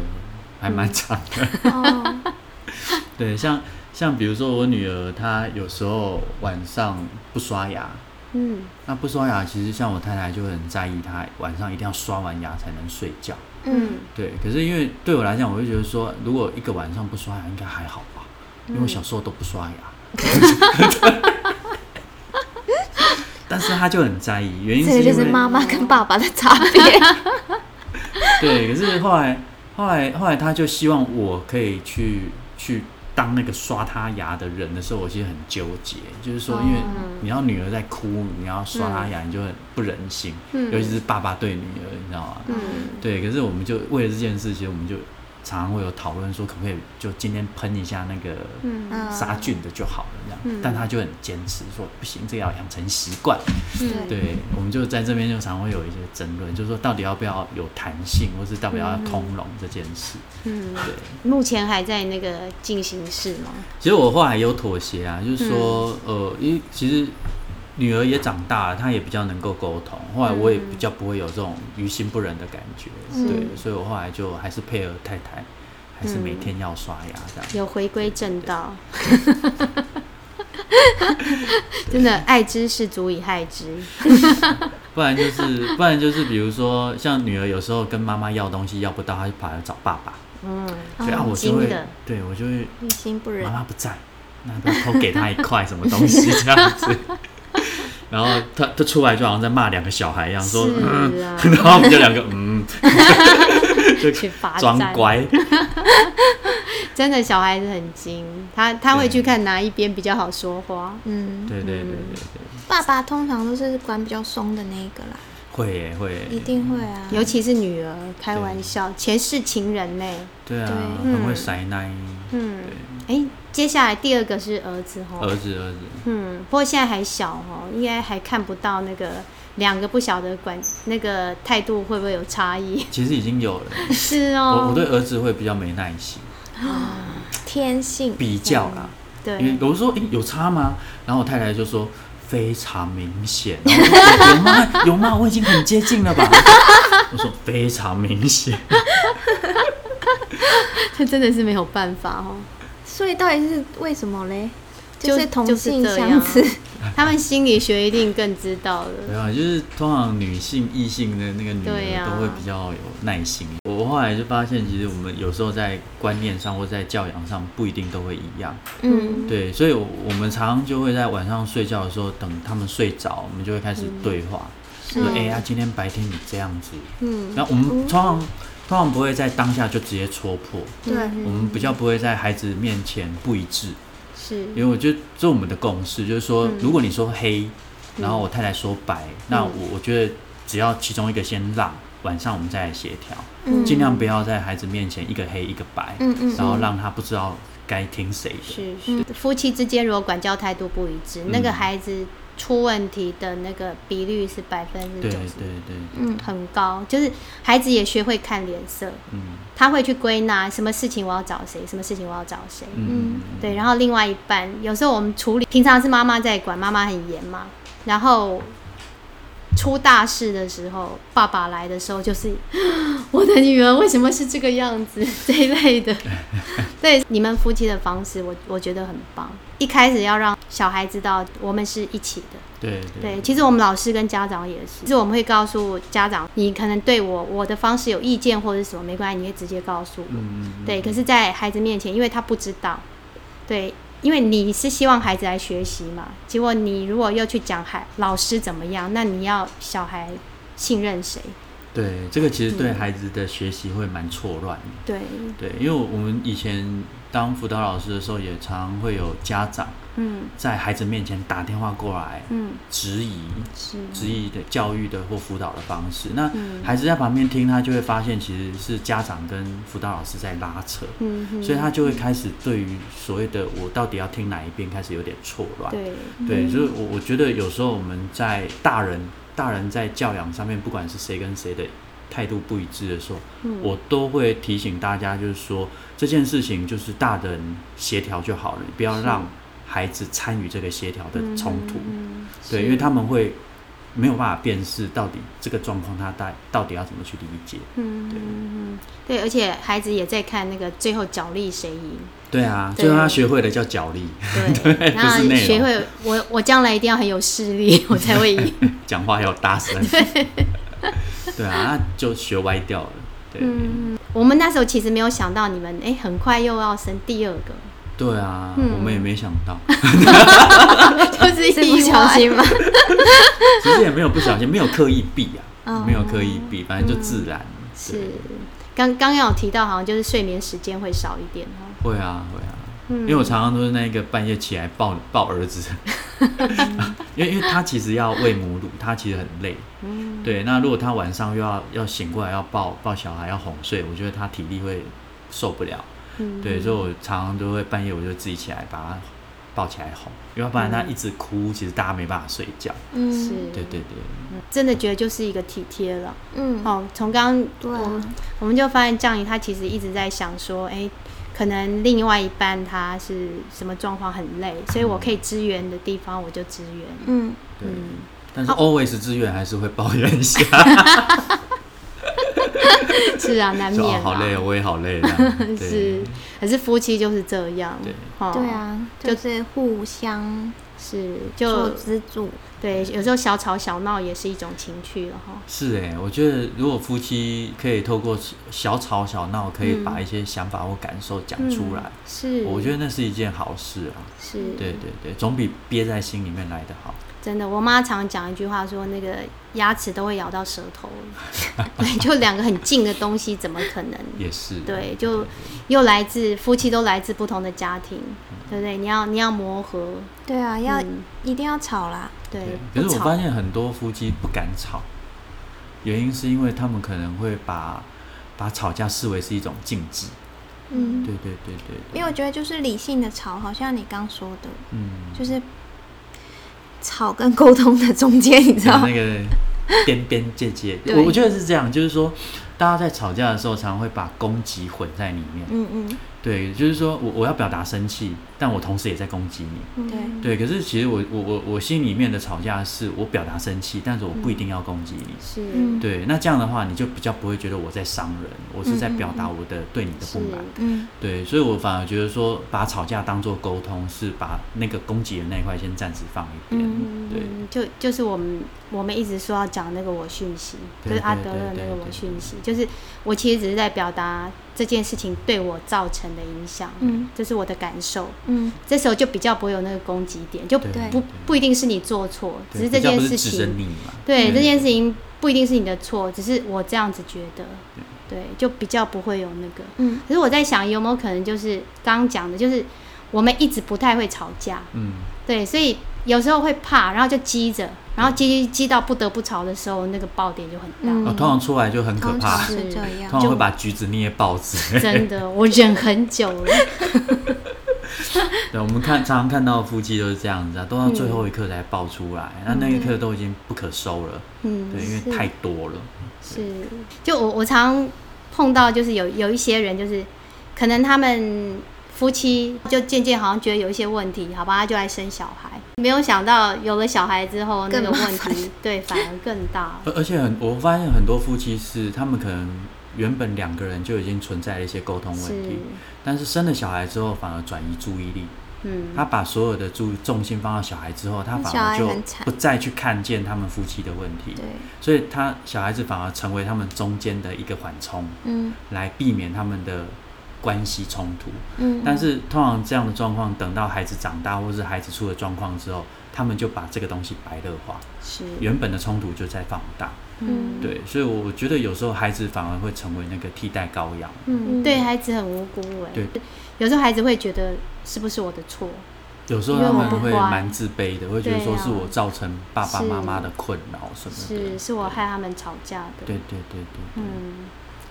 Speaker 3: 还
Speaker 2: 嗯
Speaker 3: 蛮长的。
Speaker 1: 哦，
Speaker 3: 对，像像比如说我女儿，她有时候晚上不刷牙，
Speaker 2: 嗯，
Speaker 3: 那不刷牙，其实像我太太就很在意，她晚上一定要刷完牙才能睡觉。
Speaker 1: 嗯，
Speaker 3: 对，可是因为对我来讲，我会觉得说，如果一个晚上不刷牙，应该还好吧，因为我小时候都不刷牙。
Speaker 1: 嗯
Speaker 3: 但是她就很在意，原因
Speaker 1: 这
Speaker 3: 是
Speaker 1: 个就
Speaker 3: 因
Speaker 1: 是
Speaker 3: 为
Speaker 1: 妈妈跟爸爸的差 别。
Speaker 3: 对，可是后来后来后来，她就希望我可以去去当那个刷她牙的人的时候，我其实很纠结，就是说，因为你要女儿在哭，你要刷她牙，你就很不忍心，尤其是爸爸对女儿，你知道吗？
Speaker 2: 嗯，
Speaker 3: 对，可是我们就为了这件事情，我们就常常会有讨论说，可不可以就今天喷一下那个
Speaker 1: 嗯
Speaker 3: 杀菌的就好了这样。但他就很坚持说不行，这个要养成习惯。
Speaker 1: 对
Speaker 3: 对，我们就在这边就常会有一些争论，就是说到底要不要有弹性，或是到底要通融这件事。
Speaker 2: 嗯，
Speaker 3: 对，
Speaker 2: 目前还在那个进行式吗？
Speaker 3: 其实我后来有妥协啊，就是说，
Speaker 2: 嗯
Speaker 3: 呃，因为其实女儿也长大了，她也比较能够沟通。后来
Speaker 2: 嗯
Speaker 3: 我也比较不会有这种于心不忍的感觉，
Speaker 2: 嗯
Speaker 3: 对，所以我后来就还是配合太太，还是每天要刷牙这样。
Speaker 2: 有回归正道。真的，爱之是足以害之。
Speaker 3: 不然就是，不 然就是，比如说像女儿有时候跟妈妈要东西要不到，她就跑来找爸爸，
Speaker 2: 嗯，
Speaker 3: 对啊，我就
Speaker 2: 惊
Speaker 3: 会
Speaker 2: 的，
Speaker 3: 对我就会
Speaker 1: 于心不忍
Speaker 3: 妈，妈不在，那要不要偷给她一块什么东西这样 子。然后她她出来就好像在骂两个小孩一样，说
Speaker 2: 是
Speaker 3: 嗯，
Speaker 2: 啊
Speaker 3: 然后我们就两个嗯，就
Speaker 2: 去罚
Speaker 3: 装
Speaker 2: 站。嗯
Speaker 3: 乖，
Speaker 2: 真的小孩子很精，他他会
Speaker 3: 对
Speaker 2: 去看哪一边比较好说话。
Speaker 1: 嗯，
Speaker 3: 对对对对对，
Speaker 1: 爸爸通常都是管比较松的那一个啦，
Speaker 3: 会耶会耶
Speaker 1: 一，定会啊。
Speaker 2: 尤其是女儿，开玩笑，前世情人呢、
Speaker 3: 对啊，
Speaker 1: 对
Speaker 3: 很会塞奶，
Speaker 2: 嗯
Speaker 3: 对，
Speaker 2: 哎、接下来第二个是儿子哦，
Speaker 3: 儿子儿子，
Speaker 2: 嗯，不过现在还小哦，应该还看不到那个两个不晓得管那个态度会不会有差 异？
Speaker 3: 其实已经有了，
Speaker 2: 是哦，
Speaker 3: 我我对儿子会比较没耐心，
Speaker 1: 天性，嗯
Speaker 3: 比较啦，因为
Speaker 2: 对，
Speaker 3: 有时候诶有差吗？然后我太太就说非常明显，然后我说有吗？有吗？我已经很接近了吧？我说非常明显，
Speaker 2: 这 真的是没有办法 哦。
Speaker 1: 所以到底是为什么嘞？
Speaker 2: 就
Speaker 1: 就是同性
Speaker 2: 就是这
Speaker 1: 相
Speaker 2: 样
Speaker 1: 斥，
Speaker 2: 他们心理学一定更知道
Speaker 3: 没啊
Speaker 2: 了。
Speaker 3: 有，就是通常女性、异性的那个女
Speaker 2: 对
Speaker 3: 儿
Speaker 2: 啊
Speaker 3: 都会比较有耐心。我后后来就发现，其实我们有时候在观念上或在教养上不一定都会一样。
Speaker 2: 嗯，
Speaker 3: 对，所以我我们常常就会在晚上睡觉的时候，等他们睡着，我们就会开始对话，说：“哎、呀、今天白天你这样子。”
Speaker 2: 嗯，
Speaker 3: 然后我们通常通常不会在当下就直接戳破，
Speaker 1: 对
Speaker 2: 嗯
Speaker 3: 我们比较不会在孩子面前不一致，
Speaker 2: 是
Speaker 3: 因为我觉得这是我们的共识，就是说，如果你说黑，然后我太太说白，那我我觉得只要其中一个先让，晚上我们再来协调，
Speaker 1: 嗯
Speaker 3: 尽量不要在孩子面前一个黑一个白，
Speaker 1: 嗯嗯
Speaker 3: 然后让他不知道该听谁的。
Speaker 2: 是是，嗯夫妻之间如果管教态度不一致，那个孩子出问题的那个比率是百分之
Speaker 3: 嗯对
Speaker 2: 九
Speaker 3: 对
Speaker 2: 十，
Speaker 3: 对，
Speaker 2: 嗯，很高。就是孩子也学会看脸色，
Speaker 3: 嗯
Speaker 2: 他会去归纳什么事情我要找谁，什么事情我要找谁。
Speaker 3: 嗯
Speaker 2: 对，然后另外一半有时候我们处理，平常是妈妈在管，妈妈很严嘛，然后出大事的时候，爸爸来的时候就是我的女儿为什么是这个样子 这一类的。对，你们夫妻的方式，我我觉得很棒。一开始要让小孩知道我们是一起的，
Speaker 3: 对
Speaker 2: 对，其实我们老师跟家长也是，其实我们会告诉家长，你可能对我我的方式有意见或者是什么，没关系，你会直接告诉我。
Speaker 3: 嗯
Speaker 2: 对，可是，在孩子面前，因为他不知道，对，因为你是希望孩子来学习嘛，结果你如果又去讲孩老师怎么样，那你要小孩信任谁？
Speaker 3: 对，这个其实对
Speaker 2: 嗯
Speaker 3: 孩子的学习会蛮错乱的。
Speaker 2: 对，
Speaker 3: 对，因为我们以前当辅导老师的时候，也常会有家长
Speaker 2: 嗯
Speaker 3: 在孩子面前打电话过来
Speaker 2: 嗯，
Speaker 3: 质疑。
Speaker 2: 是，
Speaker 3: 质疑的教育的或辅导的方式，那
Speaker 2: 嗯
Speaker 3: 孩子在旁边听，他就会发现其实是家长跟辅导老师在拉扯，
Speaker 2: 嗯哼，
Speaker 3: 所以他就会开始对于所谓的我到底要听哪一边开始有点错乱。
Speaker 2: 对，嗯
Speaker 3: 对，就是我我觉得有时候我们在大人大人在教养上面，不管是谁跟谁的态度不一致的时候，
Speaker 2: 嗯
Speaker 3: 我都会提醒大家，就是说这件事情就是大人协调就好了，不要让孩子参与这个协调的冲突。
Speaker 2: 嗯
Speaker 3: 对，
Speaker 2: 是
Speaker 3: 因为他们会没有办法辨识到底这个状况他带到底要怎么去理解。
Speaker 2: 嗯嗯嗯对，而且孩子也在看那个最后角力谁赢，
Speaker 3: 对啊，
Speaker 2: 对
Speaker 3: 最后他学会的叫角力，
Speaker 2: 对，然
Speaker 3: 不
Speaker 2: 后
Speaker 3: 是内容
Speaker 2: 学会我我将来一定要很有势 力，我才会赢。
Speaker 3: 讲话要大声。 对啊，那就学歪掉了。对。
Speaker 2: 嗯，我们那时候其实没有想到你们，哎、很快又要生第二 个，
Speaker 3: 对啊，
Speaker 2: 嗯
Speaker 3: 我们也没想到，
Speaker 2: 就是
Speaker 1: 是不
Speaker 2: 一
Speaker 1: 小心吗？
Speaker 3: 其实也没有不小心，没有刻意避
Speaker 2: 哦
Speaker 3: 啊，没有刻意避，反正就自然。对
Speaker 2: 嗯是，刚刚有提到，好像就是睡眠时间会少一点哦。
Speaker 3: 会啊会啊，
Speaker 2: 嗯
Speaker 3: 因为我常常都是那个半夜起来抱抱儿子， 因为因为他其实要喂母乳，他其实很累。
Speaker 2: 嗯
Speaker 3: 对，那如果他晚上又要要醒过来要抱抱小孩要哄睡，我觉得他体力会受不了。
Speaker 2: 嗯
Speaker 3: 对，所以我常常都会半夜我就自己起来把他抱起来哄，要不然
Speaker 2: 嗯
Speaker 3: 他一直哭，其实大家没办法睡觉。
Speaker 1: 嗯，
Speaker 2: 是，
Speaker 3: 对对对，
Speaker 2: 真的觉得就是一个体贴了。
Speaker 1: 嗯，
Speaker 2: 哦，从刚刚
Speaker 1: 对啊
Speaker 2: 我们我们就发现酱姨她其实一直在想说，哎、可能另外一半他是什么状况很累，所以我可以支援的地方我就支援。
Speaker 1: 嗯，
Speaker 3: 对。但是 always 志愿还是会抱怨一下，
Speaker 2: 是啊，难
Speaker 3: 说哦
Speaker 2: 免
Speaker 3: 好
Speaker 2: 啦
Speaker 3: 累，哦，我也好累这样。 对
Speaker 2: 是，可是夫妻就是这样。
Speaker 3: 对
Speaker 2: 哦
Speaker 1: 对，啊，
Speaker 2: 就
Speaker 1: 就是互相
Speaker 2: 是
Speaker 1: 做
Speaker 2: 就
Speaker 1: 资助，
Speaker 2: 对，有时候小吵小闹也是一种情趣了哈。
Speaker 3: 是哎、我觉得如果夫妻可以透过小吵小闹，可以
Speaker 2: 嗯
Speaker 3: 把一些想法或感受讲出来，
Speaker 2: 是，嗯
Speaker 3: 我觉得那是一件好事啊。
Speaker 2: 是，
Speaker 3: 对对对，总比憋在心里面来的好。
Speaker 2: 真的。我妈常讲一句话说，那个牙齿都会咬到舌头， 对，就两个很近的东西，怎么可能？
Speaker 3: 也是，
Speaker 2: 对，就又来自夫妻都来自不同的家庭，对不对？你要你要磨合，
Speaker 1: 对啊，要
Speaker 2: 嗯
Speaker 1: 一定要吵啦，
Speaker 2: 对
Speaker 3: 对。可是
Speaker 2: 不
Speaker 3: 我
Speaker 2: 吵
Speaker 3: 发现很多夫妻不敢吵，原因是因为他们可能会把把吵架视为是一种禁忌。
Speaker 1: 嗯
Speaker 3: 对，对对对对
Speaker 1: 因为我觉得就是理性的吵，好像你刚说的，
Speaker 3: 嗯，
Speaker 1: 就是吵跟沟通的中间，你知道吗
Speaker 3: 那？个边边界界，
Speaker 1: 对
Speaker 3: 我我觉得是这样，就是说，大家在吵架的时候，常常会把攻击混在里面。
Speaker 1: 嗯嗯，
Speaker 3: 对，就是说我我要表达生气，但我同时也在攻击你。
Speaker 1: 对
Speaker 2: 对
Speaker 3: 对，可是其实我我我我心里面的吵架是我表达生气，但是我不一定要攻击你。
Speaker 2: 是，
Speaker 1: 嗯
Speaker 3: 对，那这样的话，你就比较不会觉得我在伤人，我是在表
Speaker 2: 嗯
Speaker 3: 达我的对你的不满。
Speaker 1: 嗯
Speaker 3: 对，所以我反而觉得说，把吵架当做沟通，是把那个攻击的那一块先暂时放一边。对，
Speaker 2: 嗯，就就是我们我们一直说要讲那个我讯息，
Speaker 3: 对
Speaker 2: 就是阿
Speaker 3: 对
Speaker 2: 德
Speaker 3: 对
Speaker 2: 勒那
Speaker 3: 对
Speaker 2: 个
Speaker 3: 对
Speaker 2: 我讯息，就是我其实只是在表达这件事情对我造成的影响，
Speaker 1: 嗯
Speaker 2: 这是我的感受。
Speaker 1: 嗯
Speaker 2: 这时候就比较不会有那个攻击点，就不
Speaker 3: 对
Speaker 2: 不
Speaker 3: 对
Speaker 2: 不一定是你做错，只
Speaker 3: 对
Speaker 2: 是这
Speaker 3: 比较
Speaker 2: 件
Speaker 3: 不是
Speaker 2: 事
Speaker 3: 指着
Speaker 2: 情，
Speaker 3: 你嘛。
Speaker 2: 对这件事
Speaker 3: 情，
Speaker 2: 情不一定是你的错，只是我这样子觉得，对，就比较不会有那个。
Speaker 1: 嗯
Speaker 2: 可是我在想，有没有可能就是刚刚讲的，就是我们一直不太会吵架，
Speaker 3: 嗯，
Speaker 2: 对，所以有时候会怕，然后就积着，然后
Speaker 3: 嗯
Speaker 2: 积积到不得不吵的时候，那个爆点就很大。
Speaker 1: 嗯
Speaker 3: 哦，通常出来就很可
Speaker 1: 通常
Speaker 3: 怕，
Speaker 1: 是这样
Speaker 3: 通。常
Speaker 2: 就
Speaker 3: 会把橘子捏爆之 类的
Speaker 2: 真的，我忍很久了。
Speaker 3: 对，我们看常常看到夫妻都是这样
Speaker 1: 嗯
Speaker 3: 子啊，都到最后一刻才爆出来，那、那一刻都已经不可收了，
Speaker 2: 嗯，
Speaker 3: 对，因为
Speaker 2: 是
Speaker 3: 太多了，
Speaker 2: 是，就我我常碰到，就是有有一些人，就是可能他们夫妻就渐渐好像觉得有一些问题，好吧，他就来生小孩，没有想到有了小孩之后，那
Speaker 1: 更
Speaker 2: 个
Speaker 1: 麻
Speaker 2: 问
Speaker 1: 烦
Speaker 2: 题对反而更 大。
Speaker 3: 而而且很我发现很多夫妻是他们可能原本两个人就已经存在了一些沟通问
Speaker 2: 是
Speaker 3: 题，，但是生了小孩之后反而转移注意力，
Speaker 2: 嗯，
Speaker 3: 他把所有的注重心放到小孩之后，他反
Speaker 1: 小
Speaker 3: 而
Speaker 1: 孩
Speaker 3: 就
Speaker 1: 很惨
Speaker 3: 不再去看见他们夫妻的问题，
Speaker 1: 对，
Speaker 3: 所以他小孩子反而成为他们中间的一个缓冲，
Speaker 1: 嗯
Speaker 3: 来避免他们的关系冲突。
Speaker 1: 嗯，
Speaker 3: 但是通常这样的状况，等到孩子长大或是孩子出了状况之后，他们就把这个东西白热化，
Speaker 2: 是，
Speaker 3: 原本的冲突就在放大。
Speaker 1: 嗯
Speaker 3: 对，所以我觉得有时候孩子反而会成为那个替代羔羊。
Speaker 2: 嗯，对孩子很无辜哎、
Speaker 3: 对，
Speaker 2: 有时候孩子会觉得是不是我的错？
Speaker 3: 有时候他们会蛮自卑的，会觉得说是我造成爸爸妈妈的困扰什么的。
Speaker 2: 是是我害他们吵架的。
Speaker 3: 对对对对
Speaker 2: 嗯，
Speaker 3: 对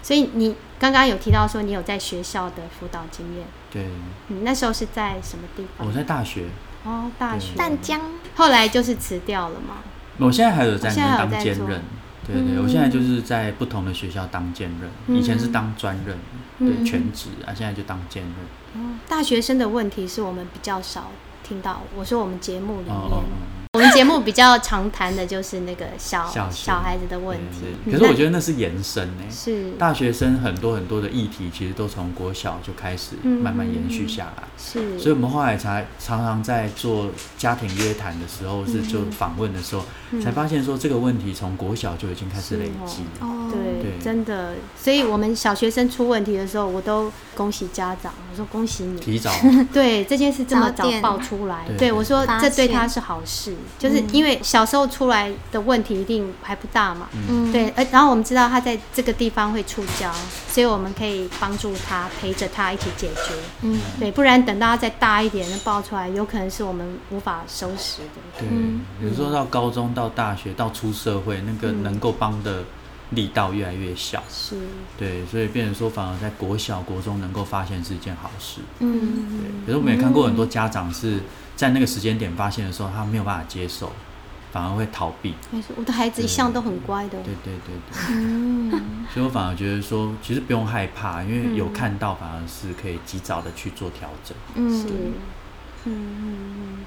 Speaker 2: 所以你刚刚有提到说你有在学校的辅导经验，
Speaker 3: 对，
Speaker 2: 你那时候是在什么地方
Speaker 3: 我？在大学，
Speaker 2: 哦，大学。
Speaker 1: 淡江，
Speaker 2: 后来就是辞掉了嘛。
Speaker 3: 我现在还有在
Speaker 2: 我现在还
Speaker 3: 那
Speaker 2: 有
Speaker 3: 边当
Speaker 2: 在
Speaker 3: 兼
Speaker 2: 做嗯
Speaker 3: 任。对对，我现在就是在不同的学校当兼任，以前是
Speaker 2: 嗯
Speaker 3: 当专任，对全职啊，现在就当兼任。
Speaker 2: 大学生的问题是我们比较少听到，我说我们节目里面，
Speaker 3: 哦哦哦。
Speaker 2: 我们节目比较常谈的就是那个小
Speaker 3: 小学
Speaker 2: 孩子的问题
Speaker 3: 对。
Speaker 2: 嗯
Speaker 3: 对可是我觉得那是延伸呢、
Speaker 2: 那是
Speaker 3: 大学生很多很多的议题，其实都从国小就开始
Speaker 2: 嗯
Speaker 3: 慢慢延续下来。
Speaker 2: 是，
Speaker 3: 所以我们后来才常常在做家庭约谈的时候，是
Speaker 2: 嗯
Speaker 3: 就访问的时候，才发现说这个问题从国小就已经开始累积。
Speaker 1: 哦，
Speaker 2: 对，
Speaker 3: 对
Speaker 2: 真的，所以我们小学生出问题的时候，我都恭喜家长，我说恭喜你，
Speaker 3: 提早
Speaker 2: 对这件事这么
Speaker 1: 早
Speaker 2: 早
Speaker 1: 点
Speaker 2: 爆出来，
Speaker 3: 对
Speaker 2: 对我说
Speaker 1: 发
Speaker 2: 这对
Speaker 1: 现
Speaker 2: 他是好事，就是因为小时候出来的问题一定还不大嘛，
Speaker 1: 嗯，
Speaker 2: 对，呃，然后我们知道他在这个地方会触礁，所以我们可以帮助他，陪着他一起解决，
Speaker 1: 嗯，
Speaker 2: 对，不然等到他再大一点，那爆出来，有可能是我们无法收拾的，
Speaker 3: 对，
Speaker 1: 嗯
Speaker 3: 有时候到高中、到大学、到出社会，那个能够帮的力道越来越小。
Speaker 2: 是，
Speaker 3: 对，所以变成说，反而在国小、国中能够发现是一件好事。
Speaker 1: 嗯，
Speaker 3: 对，可是我们也看过很多家长是在那个时间点发现的时候，他没有办法接受，反而会逃避。
Speaker 2: 没错，我的孩子一向都很乖的，
Speaker 3: 对对对对。
Speaker 1: 嗯
Speaker 3: 所以我反而觉得说，其实不用害怕，因为有看到反而是可以及早的去做调整。
Speaker 1: 嗯，
Speaker 2: 是，嗯嗯嗯，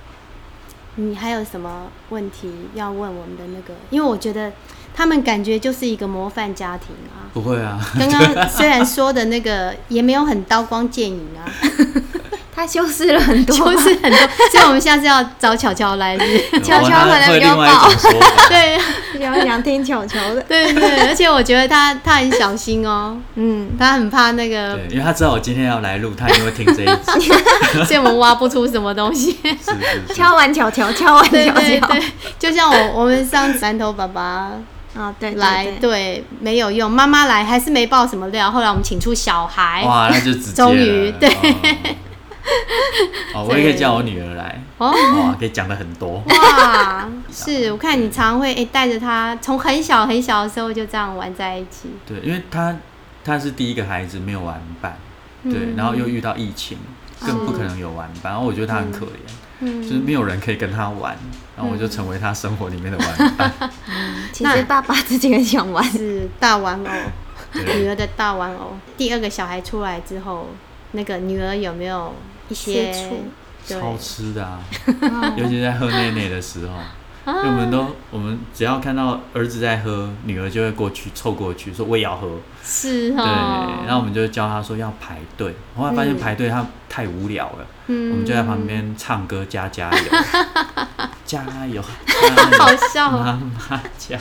Speaker 2: 你还有什么问题要问我们的那个？因为我觉得他们感觉就是一个模范家庭啊。
Speaker 3: 不会啊，
Speaker 2: 刚刚虽然说的那个也没有很刀光剑影啊，
Speaker 1: 他修饰了很多，
Speaker 2: 就是很多，所以我们下次要找巧巧来是不 是
Speaker 1: 悄悄
Speaker 3: 我
Speaker 1: 回来
Speaker 3: 会
Speaker 1: 比较
Speaker 3: 另外一种说法。
Speaker 2: 对
Speaker 1: 比较想听球球的，
Speaker 2: 对对，而且我觉得他他很小心哦，
Speaker 1: 嗯，
Speaker 2: 他很怕那个，
Speaker 3: 对，因为他知道我今天要来录，他一定会听这一集。
Speaker 2: 所以我们挖不出什么东 西。
Speaker 3: 是是是。
Speaker 1: 敲完球球，敲完球
Speaker 2: 对对
Speaker 1: 球，
Speaker 2: 对，就像我我们上次南头爸爸
Speaker 1: 啊，对，对
Speaker 2: 来，
Speaker 1: 对
Speaker 2: 对，没有用。妈妈来还是没爆什么料，后来我们请出小孩。
Speaker 3: 哇，那就直接了
Speaker 2: 终于对
Speaker 3: 哦。哦，我也可以叫我女儿来，
Speaker 2: 哦，
Speaker 3: 哇，可以讲的很多。
Speaker 2: 哇，是我看你常会哎带着他，从很小很小的时候就这样玩在一起。
Speaker 3: 对，因为他他是第一个孩子，没有玩伴，对，
Speaker 2: 嗯
Speaker 3: 然后又遇到疫情，更不可能有玩伴。然后我觉得他很可怜，
Speaker 2: 嗯
Speaker 3: 就是没有人可以跟他玩，然后我就成为他生活里面的 玩伴。
Speaker 1: 其
Speaker 2: 那
Speaker 1: 实爸爸自己很想 玩，
Speaker 2: 是大玩偶，女
Speaker 3: 对，
Speaker 2: 儿的大玩偶。第二个小孩出来之后，那个女儿有没有一些
Speaker 1: 接触
Speaker 2: 对
Speaker 3: 超吃的啊，
Speaker 2: 嗯
Speaker 1: 哦
Speaker 3: 尤其在喝内内的时候，
Speaker 2: 啊
Speaker 3: 因为我们都我们只要看到儿子在喝，女儿就会过去凑过去说我也要喝，
Speaker 2: 是
Speaker 3: 对，
Speaker 2: 哦，
Speaker 3: 然后我们就教他说要排队，后来发现排队他太无聊了，
Speaker 2: 嗯
Speaker 3: 我们就在旁边唱歌加 加油，加油，加油
Speaker 2: 好笑哦。
Speaker 3: 妈妈 加油，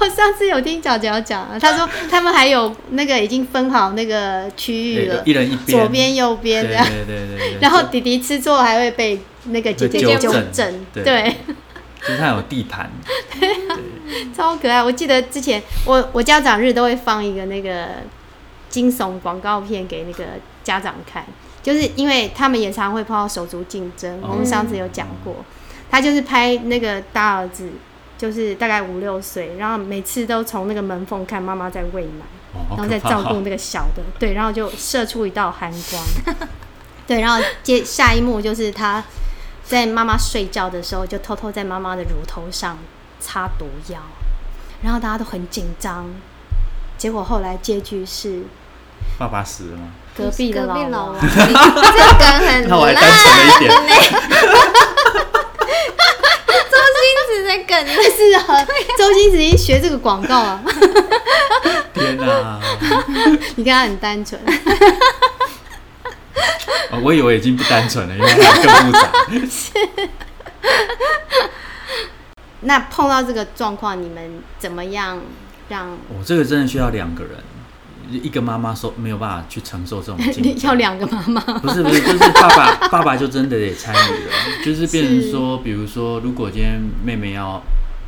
Speaker 2: 我上次有听角角讲啊，他说他们还有那个已经分好那个区域了
Speaker 3: 对，一人一边，
Speaker 2: 左边右边
Speaker 3: 对
Speaker 2: 这样，
Speaker 3: 对对对对，
Speaker 2: 然后弟弟吃错还会被那个姐姐
Speaker 3: 被
Speaker 2: 纠
Speaker 3: 纠正
Speaker 2: 正，
Speaker 3: 对
Speaker 2: 对，
Speaker 3: 就是他有地盘，
Speaker 2: 超可爱。我记得之前我我家长日都会放一个那个惊悚广告片给那个家长看，就是因为他们也常会碰到手足竞争，
Speaker 3: 哦
Speaker 2: 我们上次有讲过，他就是拍那个大儿子。就是大概五六岁，然后每次都从那个门缝看妈妈在喂奶，
Speaker 3: 哦好
Speaker 2: 然后
Speaker 3: 可
Speaker 2: 再
Speaker 3: 怕
Speaker 2: 照
Speaker 3: 哦
Speaker 2: 顾那个小的，对，然后就射出一道寒光， 对，然后接下一幕就是他在妈妈睡觉的时候，就偷偷在妈妈的乳头上擦毒药，然后大家都很紧张，结果后来结局是
Speaker 3: 爸爸死了吗？
Speaker 2: 隔壁的老
Speaker 1: 隔壁老
Speaker 2: 王
Speaker 1: 王， 这个
Speaker 2: 嗯
Speaker 1: 很
Speaker 3: 那我还单
Speaker 1: 烂，
Speaker 3: 纯了一点，
Speaker 2: 啊
Speaker 1: 周星驰的梗
Speaker 2: 但 是啊，周星驰一学这个广告啊，
Speaker 3: 天哪、
Speaker 2: 你看他很单纯，
Speaker 3: 哦我以为已经不单纯了，因为它更复杂。
Speaker 2: 那碰到这个状况，你们怎么样让
Speaker 3: 我、哦这个真的需要两个人，一个妈妈受没有办法去承受这 种竞
Speaker 2: 要
Speaker 3: 争。
Speaker 2: 两个妈妈？
Speaker 3: 不是不是，就是爸爸 爸爸就真的得参与了，就是变成说，比如说，如果今天妹妹要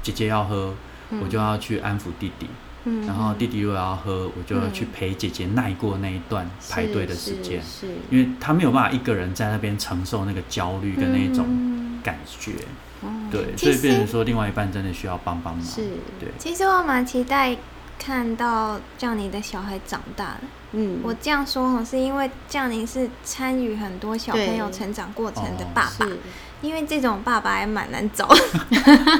Speaker 3: 姐姐要喝，我就要去安抚弟弟，
Speaker 2: 嗯
Speaker 3: 然后弟弟如果要喝，我就要去陪姐姐耐过那一段排队的时间，
Speaker 2: 是是
Speaker 3: 因为他没有办法一个人在那边承受那个焦虑跟那种
Speaker 2: 嗯
Speaker 3: 感觉，
Speaker 2: 哦
Speaker 3: 对，
Speaker 1: 其
Speaker 3: 所以
Speaker 1: 实
Speaker 3: 变成说，另外一半真的需要帮帮忙，
Speaker 2: 是
Speaker 3: 对。
Speaker 1: 其实我蛮期待看到叫你的小孩长大的。
Speaker 2: 嗯，
Speaker 1: 我这样说哈，是因为这样你是参与很多小朋友
Speaker 2: 对
Speaker 1: 成长过程的
Speaker 3: 哦
Speaker 1: 爸爸，
Speaker 2: 是
Speaker 1: 因为这种爸爸还蛮难 找，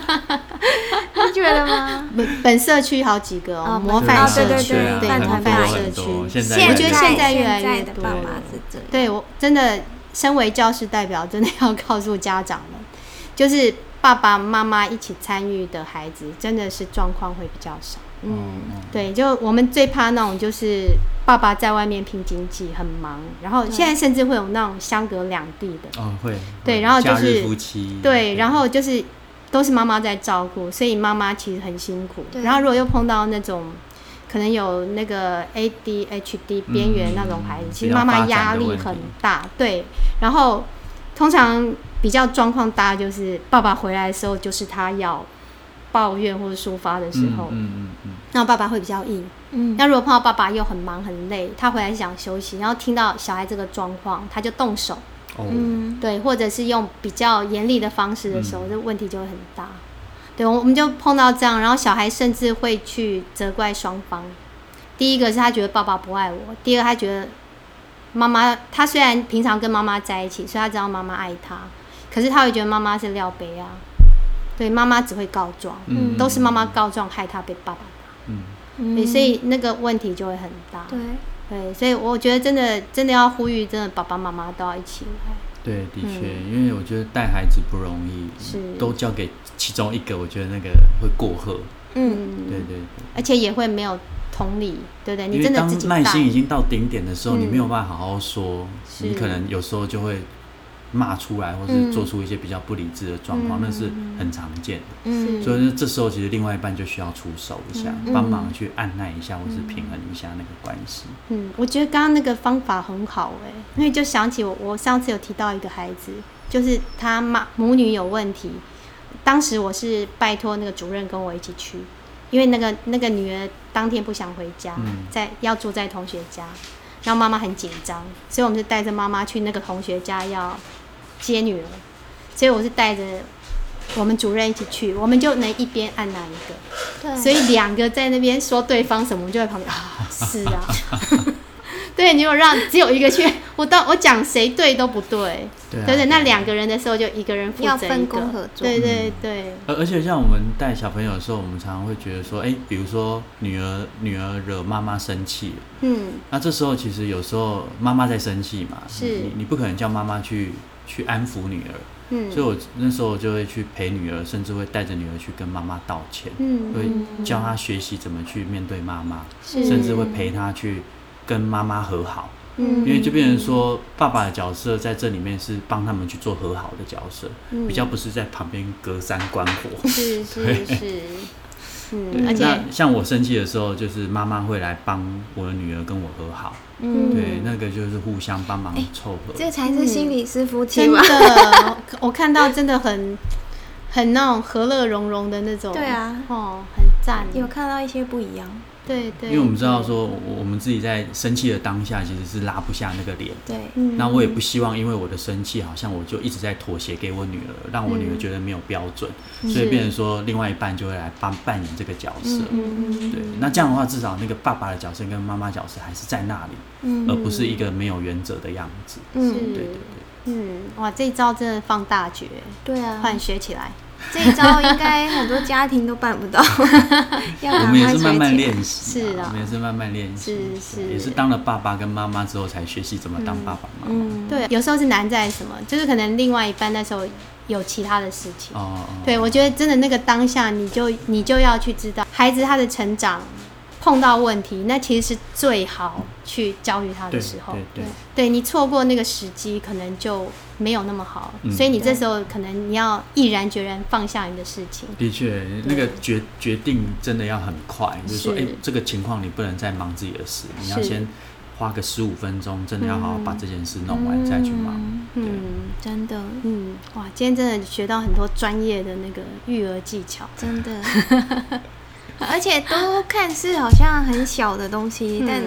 Speaker 1: 你觉得吗？
Speaker 2: 本本社区好几个哦，
Speaker 1: 哦
Speaker 2: 模
Speaker 3: 对啊
Speaker 2: 范
Speaker 1: 哦
Speaker 2: 社
Speaker 1: 对对
Speaker 2: 区，
Speaker 1: 对
Speaker 2: 对
Speaker 1: 饭
Speaker 2: 模
Speaker 1: 团
Speaker 2: 范
Speaker 1: 饭
Speaker 2: 社
Speaker 3: 很多
Speaker 2: 区，
Speaker 3: 现在
Speaker 2: 我
Speaker 3: 越
Speaker 2: 觉得
Speaker 3: 来越
Speaker 2: 现
Speaker 1: 现
Speaker 2: 在越来越
Speaker 1: 在的
Speaker 2: 多
Speaker 1: 爸爸
Speaker 2: 了
Speaker 1: 是这样，
Speaker 2: 对我真的，身为教师代表，真的要告诉家长们，就是爸爸妈妈一起参与的孩子，真的是状况会比较少。
Speaker 3: 嗯，嗯
Speaker 2: 对，就我们最怕那种就是爸爸在外面拼经济很忙，然后现在甚至会有那种相隔两地的，
Speaker 3: 哦，会。
Speaker 2: 对
Speaker 3: 会
Speaker 2: 然后就
Speaker 3: 假日
Speaker 2: 是
Speaker 3: 夫妻。
Speaker 2: 对，然后就是都是妈妈在照顾，所以妈妈其实很辛苦。
Speaker 1: 对
Speaker 2: 然后如果又碰到那种可能有那个 ADHD 边缘那种孩子，
Speaker 3: 嗯
Speaker 2: 其实妈妈压力很大。对，然后通常比较状况大就是爸爸回来的时候，就是他要抱怨或者抒发的时
Speaker 3: 嗯
Speaker 2: 候，
Speaker 3: 嗯嗯嗯，
Speaker 2: 那爸爸会比较硬。
Speaker 1: 嗯，
Speaker 2: 那如果碰到爸爸又很忙很累，他回来想休息，然后听到小孩这个状况，他就动手。
Speaker 3: 哦，
Speaker 1: 嗯，
Speaker 2: 对，或者是用比较严厉的方式的时候，
Speaker 3: 嗯
Speaker 2: 这问题就会很大。对，我我们就碰到这样，然后小孩甚至会去责怪双方。第一个是他觉得爸爸不爱我，第二个他觉得妈妈，他虽然平常跟妈妈在一起，所以他知道妈妈爱他，可是他会觉得妈妈是廖杯啊，对，妈妈只会告状，
Speaker 1: 嗯
Speaker 2: 都是妈妈告状害他被爸爸打，
Speaker 3: 嗯，
Speaker 2: 对，所以那个问题就会很大。
Speaker 1: 对，
Speaker 2: 对，所以我觉得真的真的要呼吁，真的爸爸妈妈都要一起来。
Speaker 3: 对，的确，因为我觉得带孩子不容易，
Speaker 2: 嗯是
Speaker 3: 都交给其中一个，我觉得那个会过河。
Speaker 1: 嗯，
Speaker 3: 对对对，
Speaker 2: 而且也会没有同理，对不对？哎你
Speaker 3: 因
Speaker 2: 真
Speaker 3: 为
Speaker 2: 的
Speaker 3: 当
Speaker 2: 自己带
Speaker 3: 耐，心已经到顶点的时候，
Speaker 2: 嗯
Speaker 3: 你没有办法好好说，
Speaker 2: 是
Speaker 3: 你可能有时候就会骂出来，或是做出一些比较不理智的状况，
Speaker 2: 嗯
Speaker 3: 那是很常见的。
Speaker 2: 嗯
Speaker 1: 嗯，
Speaker 3: 所以这时候其实另外一半就需要出手一下，
Speaker 1: 嗯
Speaker 3: 帮忙去按捺一下，或是平衡一下那个关系。
Speaker 2: 嗯，我觉得刚刚那个方法很好哎、因为就想起我，我上次有提到一个孩子，就是他妈母女有问题，当时我是拜托那个主任跟我一起去，因为那个那个女儿当天不想回家，
Speaker 3: 嗯
Speaker 2: 在要住在同学家，然后妈妈很紧张，所以我们就带着妈妈去那个同学家要接女儿，所以我是带着我们主任一起去，我们就能一边按哪一个。
Speaker 1: 对，
Speaker 2: 所以两个在那边说对方什么，我们就在旁边啊，是啊，对，你有让只有一个去，我到我讲谁对都不对，
Speaker 3: 对啊
Speaker 2: 对对，那两个人的时候就一个人负责
Speaker 1: 要
Speaker 2: 一个，
Speaker 1: 分工合作
Speaker 2: 对对对，
Speaker 3: 而而且像我们带小朋友的时候，我们常常会觉得说，哎、比如说女儿女儿惹妈妈生气了，
Speaker 2: 嗯，
Speaker 3: 那这时候其实有时候妈妈在生气嘛，
Speaker 2: 是
Speaker 3: 你你不可能叫妈妈去去安抚女儿，
Speaker 2: 嗯
Speaker 3: 所以我那时候就会去陪女儿，甚至会带着女儿去跟妈妈道歉，
Speaker 2: 嗯
Speaker 3: 会教她学习怎么去面对妈妈，
Speaker 2: 是
Speaker 3: 甚至会陪她去跟妈妈和好，
Speaker 2: 嗯
Speaker 3: 因为就变成说爸爸的角色在这里面是帮他们去做和好的角色，
Speaker 2: 嗯
Speaker 3: 比较不是在旁边隔山观火。
Speaker 2: 是 是是，
Speaker 3: 对
Speaker 2: 嗯，而且
Speaker 3: 那像我生气的时候，就是妈妈会来帮我的女儿跟我和好，
Speaker 2: 嗯
Speaker 3: 对，那个就是互相帮忙凑合。
Speaker 1: 这才是心理师夫妻
Speaker 2: 真
Speaker 1: 吧？
Speaker 2: 的，
Speaker 1: 啊
Speaker 2: 我看到真的很很那种和乐融融的那种，
Speaker 1: 对啊
Speaker 2: 哦，很赞，
Speaker 1: 有看到一些不一样，
Speaker 2: 对对，
Speaker 3: 因为我们知道说，我我们自己在生气的当下，其实是拉不下那个脸。
Speaker 1: 对，
Speaker 2: 嗯，
Speaker 3: 那我也不希望，因为我的生气，好像我就一直在妥协给我女儿，让我女儿
Speaker 2: 嗯
Speaker 3: 觉得没有标准，所以变成说，另外一半就会来扮扮演这个角色。
Speaker 2: 嗯，
Speaker 3: 对，那这样的话，至少那个爸爸的角色跟妈妈角色还是在那里，
Speaker 2: 嗯
Speaker 3: 而不是一个没有原则的样子。
Speaker 2: 是
Speaker 1: 嗯，
Speaker 3: 对对对，
Speaker 2: 嗯，哇，这一招真的放大绝，
Speaker 1: 对啊，
Speaker 2: 换学起来，
Speaker 1: 这一招应该很多家庭都办不 到，要
Speaker 3: 我
Speaker 1: 赶
Speaker 3: 们也
Speaker 1: 快
Speaker 3: 是慢
Speaker 1: 学
Speaker 3: 慢
Speaker 1: 起来。
Speaker 3: 练习啊，
Speaker 2: 是啊
Speaker 3: 我们也是慢慢练习，
Speaker 2: 是
Speaker 3: 对
Speaker 2: 是
Speaker 3: 也是当了爸爸跟妈妈之后才学习怎么当爸爸妈妈。
Speaker 1: 嗯，
Speaker 2: 对，有时候是难在什么，就是可能另外一半那时候有其他的事情，
Speaker 3: 哦，哦
Speaker 2: 对，我觉得真的那个当下，你就你就要去知道孩子他的成长碰到问题，那其实是最好去教育他
Speaker 3: 对
Speaker 2: 的时候
Speaker 3: 对。对，
Speaker 2: 对你错过那个时机，可能就没有那么好，
Speaker 3: 嗯
Speaker 2: 所以你这时候可能你要毅然决然放下你的事情。
Speaker 3: 的确，那个决决定真的要很快，就是说，
Speaker 2: 是
Speaker 3: 哎，这个情况你不能再忙自己的事，你要
Speaker 2: 是
Speaker 3: 先花个十五分钟，真的要好好把这件事弄完再去忙。对，
Speaker 2: 嗯
Speaker 1: 真 的，
Speaker 2: 嗯，哇，今天真的学到很多专业的那个育儿技巧。
Speaker 1: 真的，而且都看似好像很小的东西，
Speaker 2: 嗯
Speaker 1: 但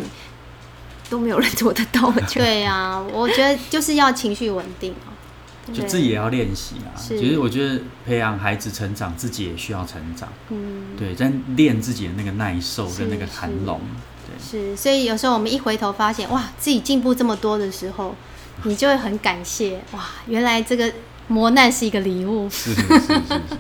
Speaker 1: 都没有人做得到，我觉得。
Speaker 2: 对啊，我觉得就是要情绪稳定哦。
Speaker 3: 就自己也要练习啊。
Speaker 2: 是
Speaker 3: 其实我觉得培养孩子成长，自己也需要成长。
Speaker 2: 嗯，
Speaker 3: 对，在练自己的那个耐受
Speaker 2: 是
Speaker 3: 跟那个含
Speaker 2: 是嗯
Speaker 3: 容。对。
Speaker 2: 是，所以有时候我们一回头发现，哇，自己进步这么多的时候，你就会很感谢，
Speaker 3: 嗯
Speaker 2: 哇，原来这个磨难是一个礼物。
Speaker 3: 是是是是是，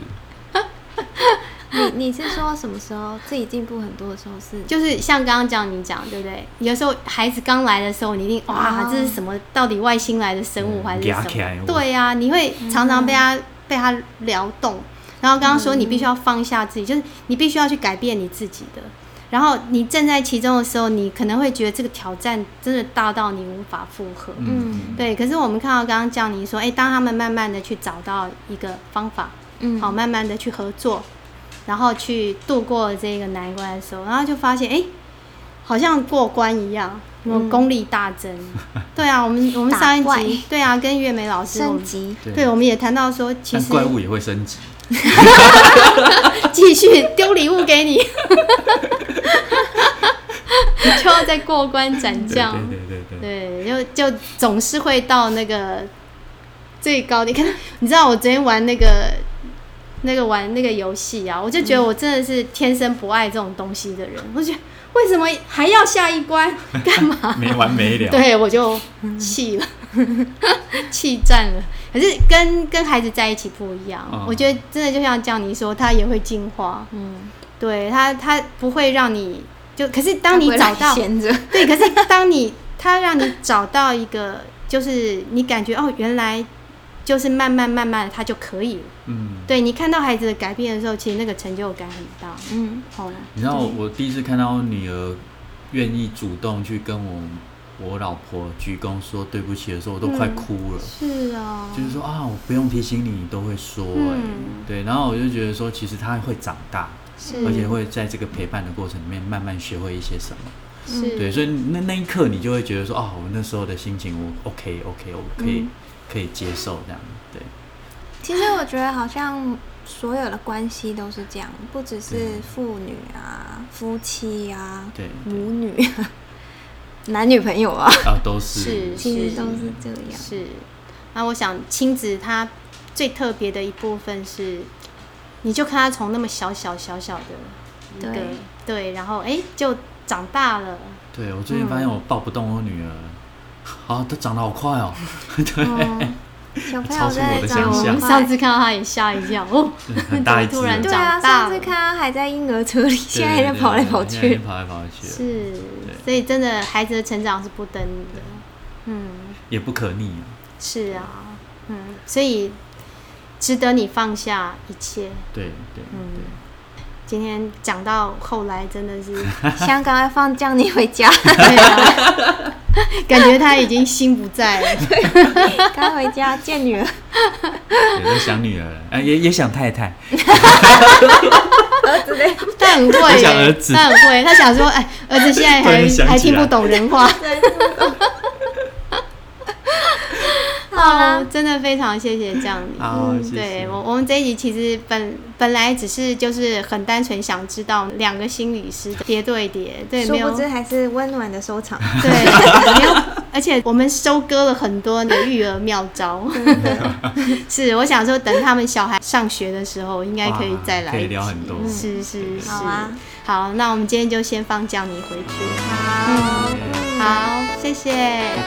Speaker 1: 你你是说什么时候自己进步很多的时候是？
Speaker 2: 就是像刚刚讲你讲，对不对？有时候孩子刚来的时候，你一定哇，
Speaker 1: 哦
Speaker 2: 这是什么？到底外星来的生物还是
Speaker 3: 嗯压起来
Speaker 2: 什么？对呀、你会常常被他、被他撩动。然后刚刚说你必须要放下自己，就是你必须要去改变你自己的。然后你正在其中的时候，你可能会觉得这个挑战真的大到你无法负荷。
Speaker 3: 嗯，
Speaker 2: 对，可是我们看到刚刚叫你说，哎，当他们慢慢的去找到一个方法，
Speaker 1: 嗯
Speaker 2: 好，慢慢的去合作，然后去度过这个难关的时候，然后就发现，哎，好像过关一样，我
Speaker 1: 嗯
Speaker 2: 功力大 增。对啊，我们我们上一
Speaker 1: 打怪
Speaker 2: 集，对啊，跟月美老师，我
Speaker 1: 升
Speaker 2: 们
Speaker 1: 级，
Speaker 2: 对，我们也谈到说，其
Speaker 3: 但
Speaker 2: 实
Speaker 3: 怪物也会升级，
Speaker 2: 继续丢礼物 给你， 就要再过关斩
Speaker 3: 对
Speaker 2: 将。
Speaker 3: 对对 对对，
Speaker 2: 对，就就总是会到那个最高点。可是你知道，我昨天玩那个那个玩那个游戏啊，我就觉得我真的是天生不爱这种东西的人。我就觉得为什么还要下一关？干嘛？
Speaker 3: 没完没了。
Speaker 2: 对我就气了， 气战了。可是跟跟孩子在一起不一样，
Speaker 3: 嗯
Speaker 2: 我觉得真的就像叫你说，他也会进化。
Speaker 1: 嗯，
Speaker 2: 对他，他不会让你就，可是当你
Speaker 1: 它不会让
Speaker 2: 找到
Speaker 1: 闲着，
Speaker 2: 对，可是当你他让你找到一个，就是你感觉哦，原来就是慢慢慢慢的他就可以了。
Speaker 3: 嗯，
Speaker 2: 对你看到孩子的改变的时候，其实那个成就感很大。
Speaker 1: 嗯，
Speaker 2: 哦，
Speaker 3: 你知道我第一次看到我女儿愿意主动去跟我我老婆鞠躬说对不起的时候，我都快
Speaker 2: 嗯
Speaker 3: 哭了。
Speaker 2: 是啊，
Speaker 3: 就是说啊，我不用提醒你，你都会说、哎，
Speaker 2: 嗯
Speaker 3: 对。然后我就觉得说，其实她会长大，
Speaker 1: 是
Speaker 3: 而且会在这个陪伴的过程里面慢慢学会一些什么。
Speaker 1: 嗯
Speaker 2: 是，
Speaker 3: 对，所以那那一刻你就会觉得说，哦，我那时候的心情，我 OK OK，我可以、
Speaker 2: 嗯
Speaker 3: 可以接受这样，对，
Speaker 1: 其实我觉得好像所有的关系都是这样，不只是父女啊、夫妻啊、
Speaker 3: 嗯对
Speaker 1: 母女、啊、 男女朋友啊，
Speaker 3: 啊，都是
Speaker 2: 是
Speaker 1: 其实都是这样。
Speaker 2: 是。那我想亲子它最特别的一部分是，你就看他从那么小小小小的一个
Speaker 1: 对
Speaker 2: 对，然后哎、就长大了，
Speaker 3: 对我最近发
Speaker 2: 嗯
Speaker 3: 现我抱不动我女儿，好，她长得好 快哦，对，
Speaker 1: 嗯，小朋友
Speaker 3: 超出我
Speaker 1: 在
Speaker 3: 的
Speaker 1: 长
Speaker 3: 想
Speaker 2: 我
Speaker 1: 得
Speaker 3: 象
Speaker 2: 们
Speaker 1: 快
Speaker 2: 上次看到他也吓一跳，哦，
Speaker 3: 很大一只
Speaker 2: 突然
Speaker 3: 了，
Speaker 1: 对啊，
Speaker 2: 长大
Speaker 1: 上
Speaker 2: 了
Speaker 1: 次看他还在婴儿车里，现在在
Speaker 3: 对
Speaker 1: 跑来跑，
Speaker 3: 对对对现在已
Speaker 1: 去
Speaker 3: 经。跑来跑去了，
Speaker 2: 是，所以真的孩子的成长是不等的，嗯，
Speaker 3: 也不可逆啊。
Speaker 2: 是啊，嗯，所以值得你放下一切。
Speaker 3: 对对
Speaker 2: 嗯
Speaker 3: 对，
Speaker 2: 今天讲到后来，真的是
Speaker 1: 香港要放降你回家，
Speaker 2: 对啊，感觉他已经心不在了。
Speaker 1: 该回家见女儿。
Speaker 3: 也在想女儿，哎，也也想 太太，
Speaker 2: 他很会、
Speaker 3: 我想
Speaker 2: 欸
Speaker 3: 儿子
Speaker 2: 他很会，他想说，哎，儿子现在
Speaker 3: 突然
Speaker 2: 还
Speaker 3: 想
Speaker 2: 还
Speaker 3: 起
Speaker 2: 听不
Speaker 3: 来
Speaker 2: 懂人话。
Speaker 1: 好啦
Speaker 2: 哦，真的非常谢谢这样你。嗯
Speaker 3: 好谢谢
Speaker 2: 对我我们这一集其实本本来只是就是很单纯想知道两个心理师的叠对叠， 对，
Speaker 1: 殊
Speaker 2: 没有
Speaker 1: 不知还是温暖的 收场。
Speaker 2: 对，没有，而且我们收割了很多的育儿妙招。 是，我想说等他们小孩上学的时候，应该可以
Speaker 3: 哇
Speaker 2: 再来
Speaker 3: 可
Speaker 2: 一
Speaker 3: 以聊
Speaker 2: 集
Speaker 3: 很多
Speaker 2: 是是是，
Speaker 1: 好啊，
Speaker 2: 好，那我们今天就先放降你回去。
Speaker 1: 好，
Speaker 3: 嗯
Speaker 2: 好，谢谢，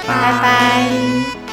Speaker 3: 拜
Speaker 2: 拜拜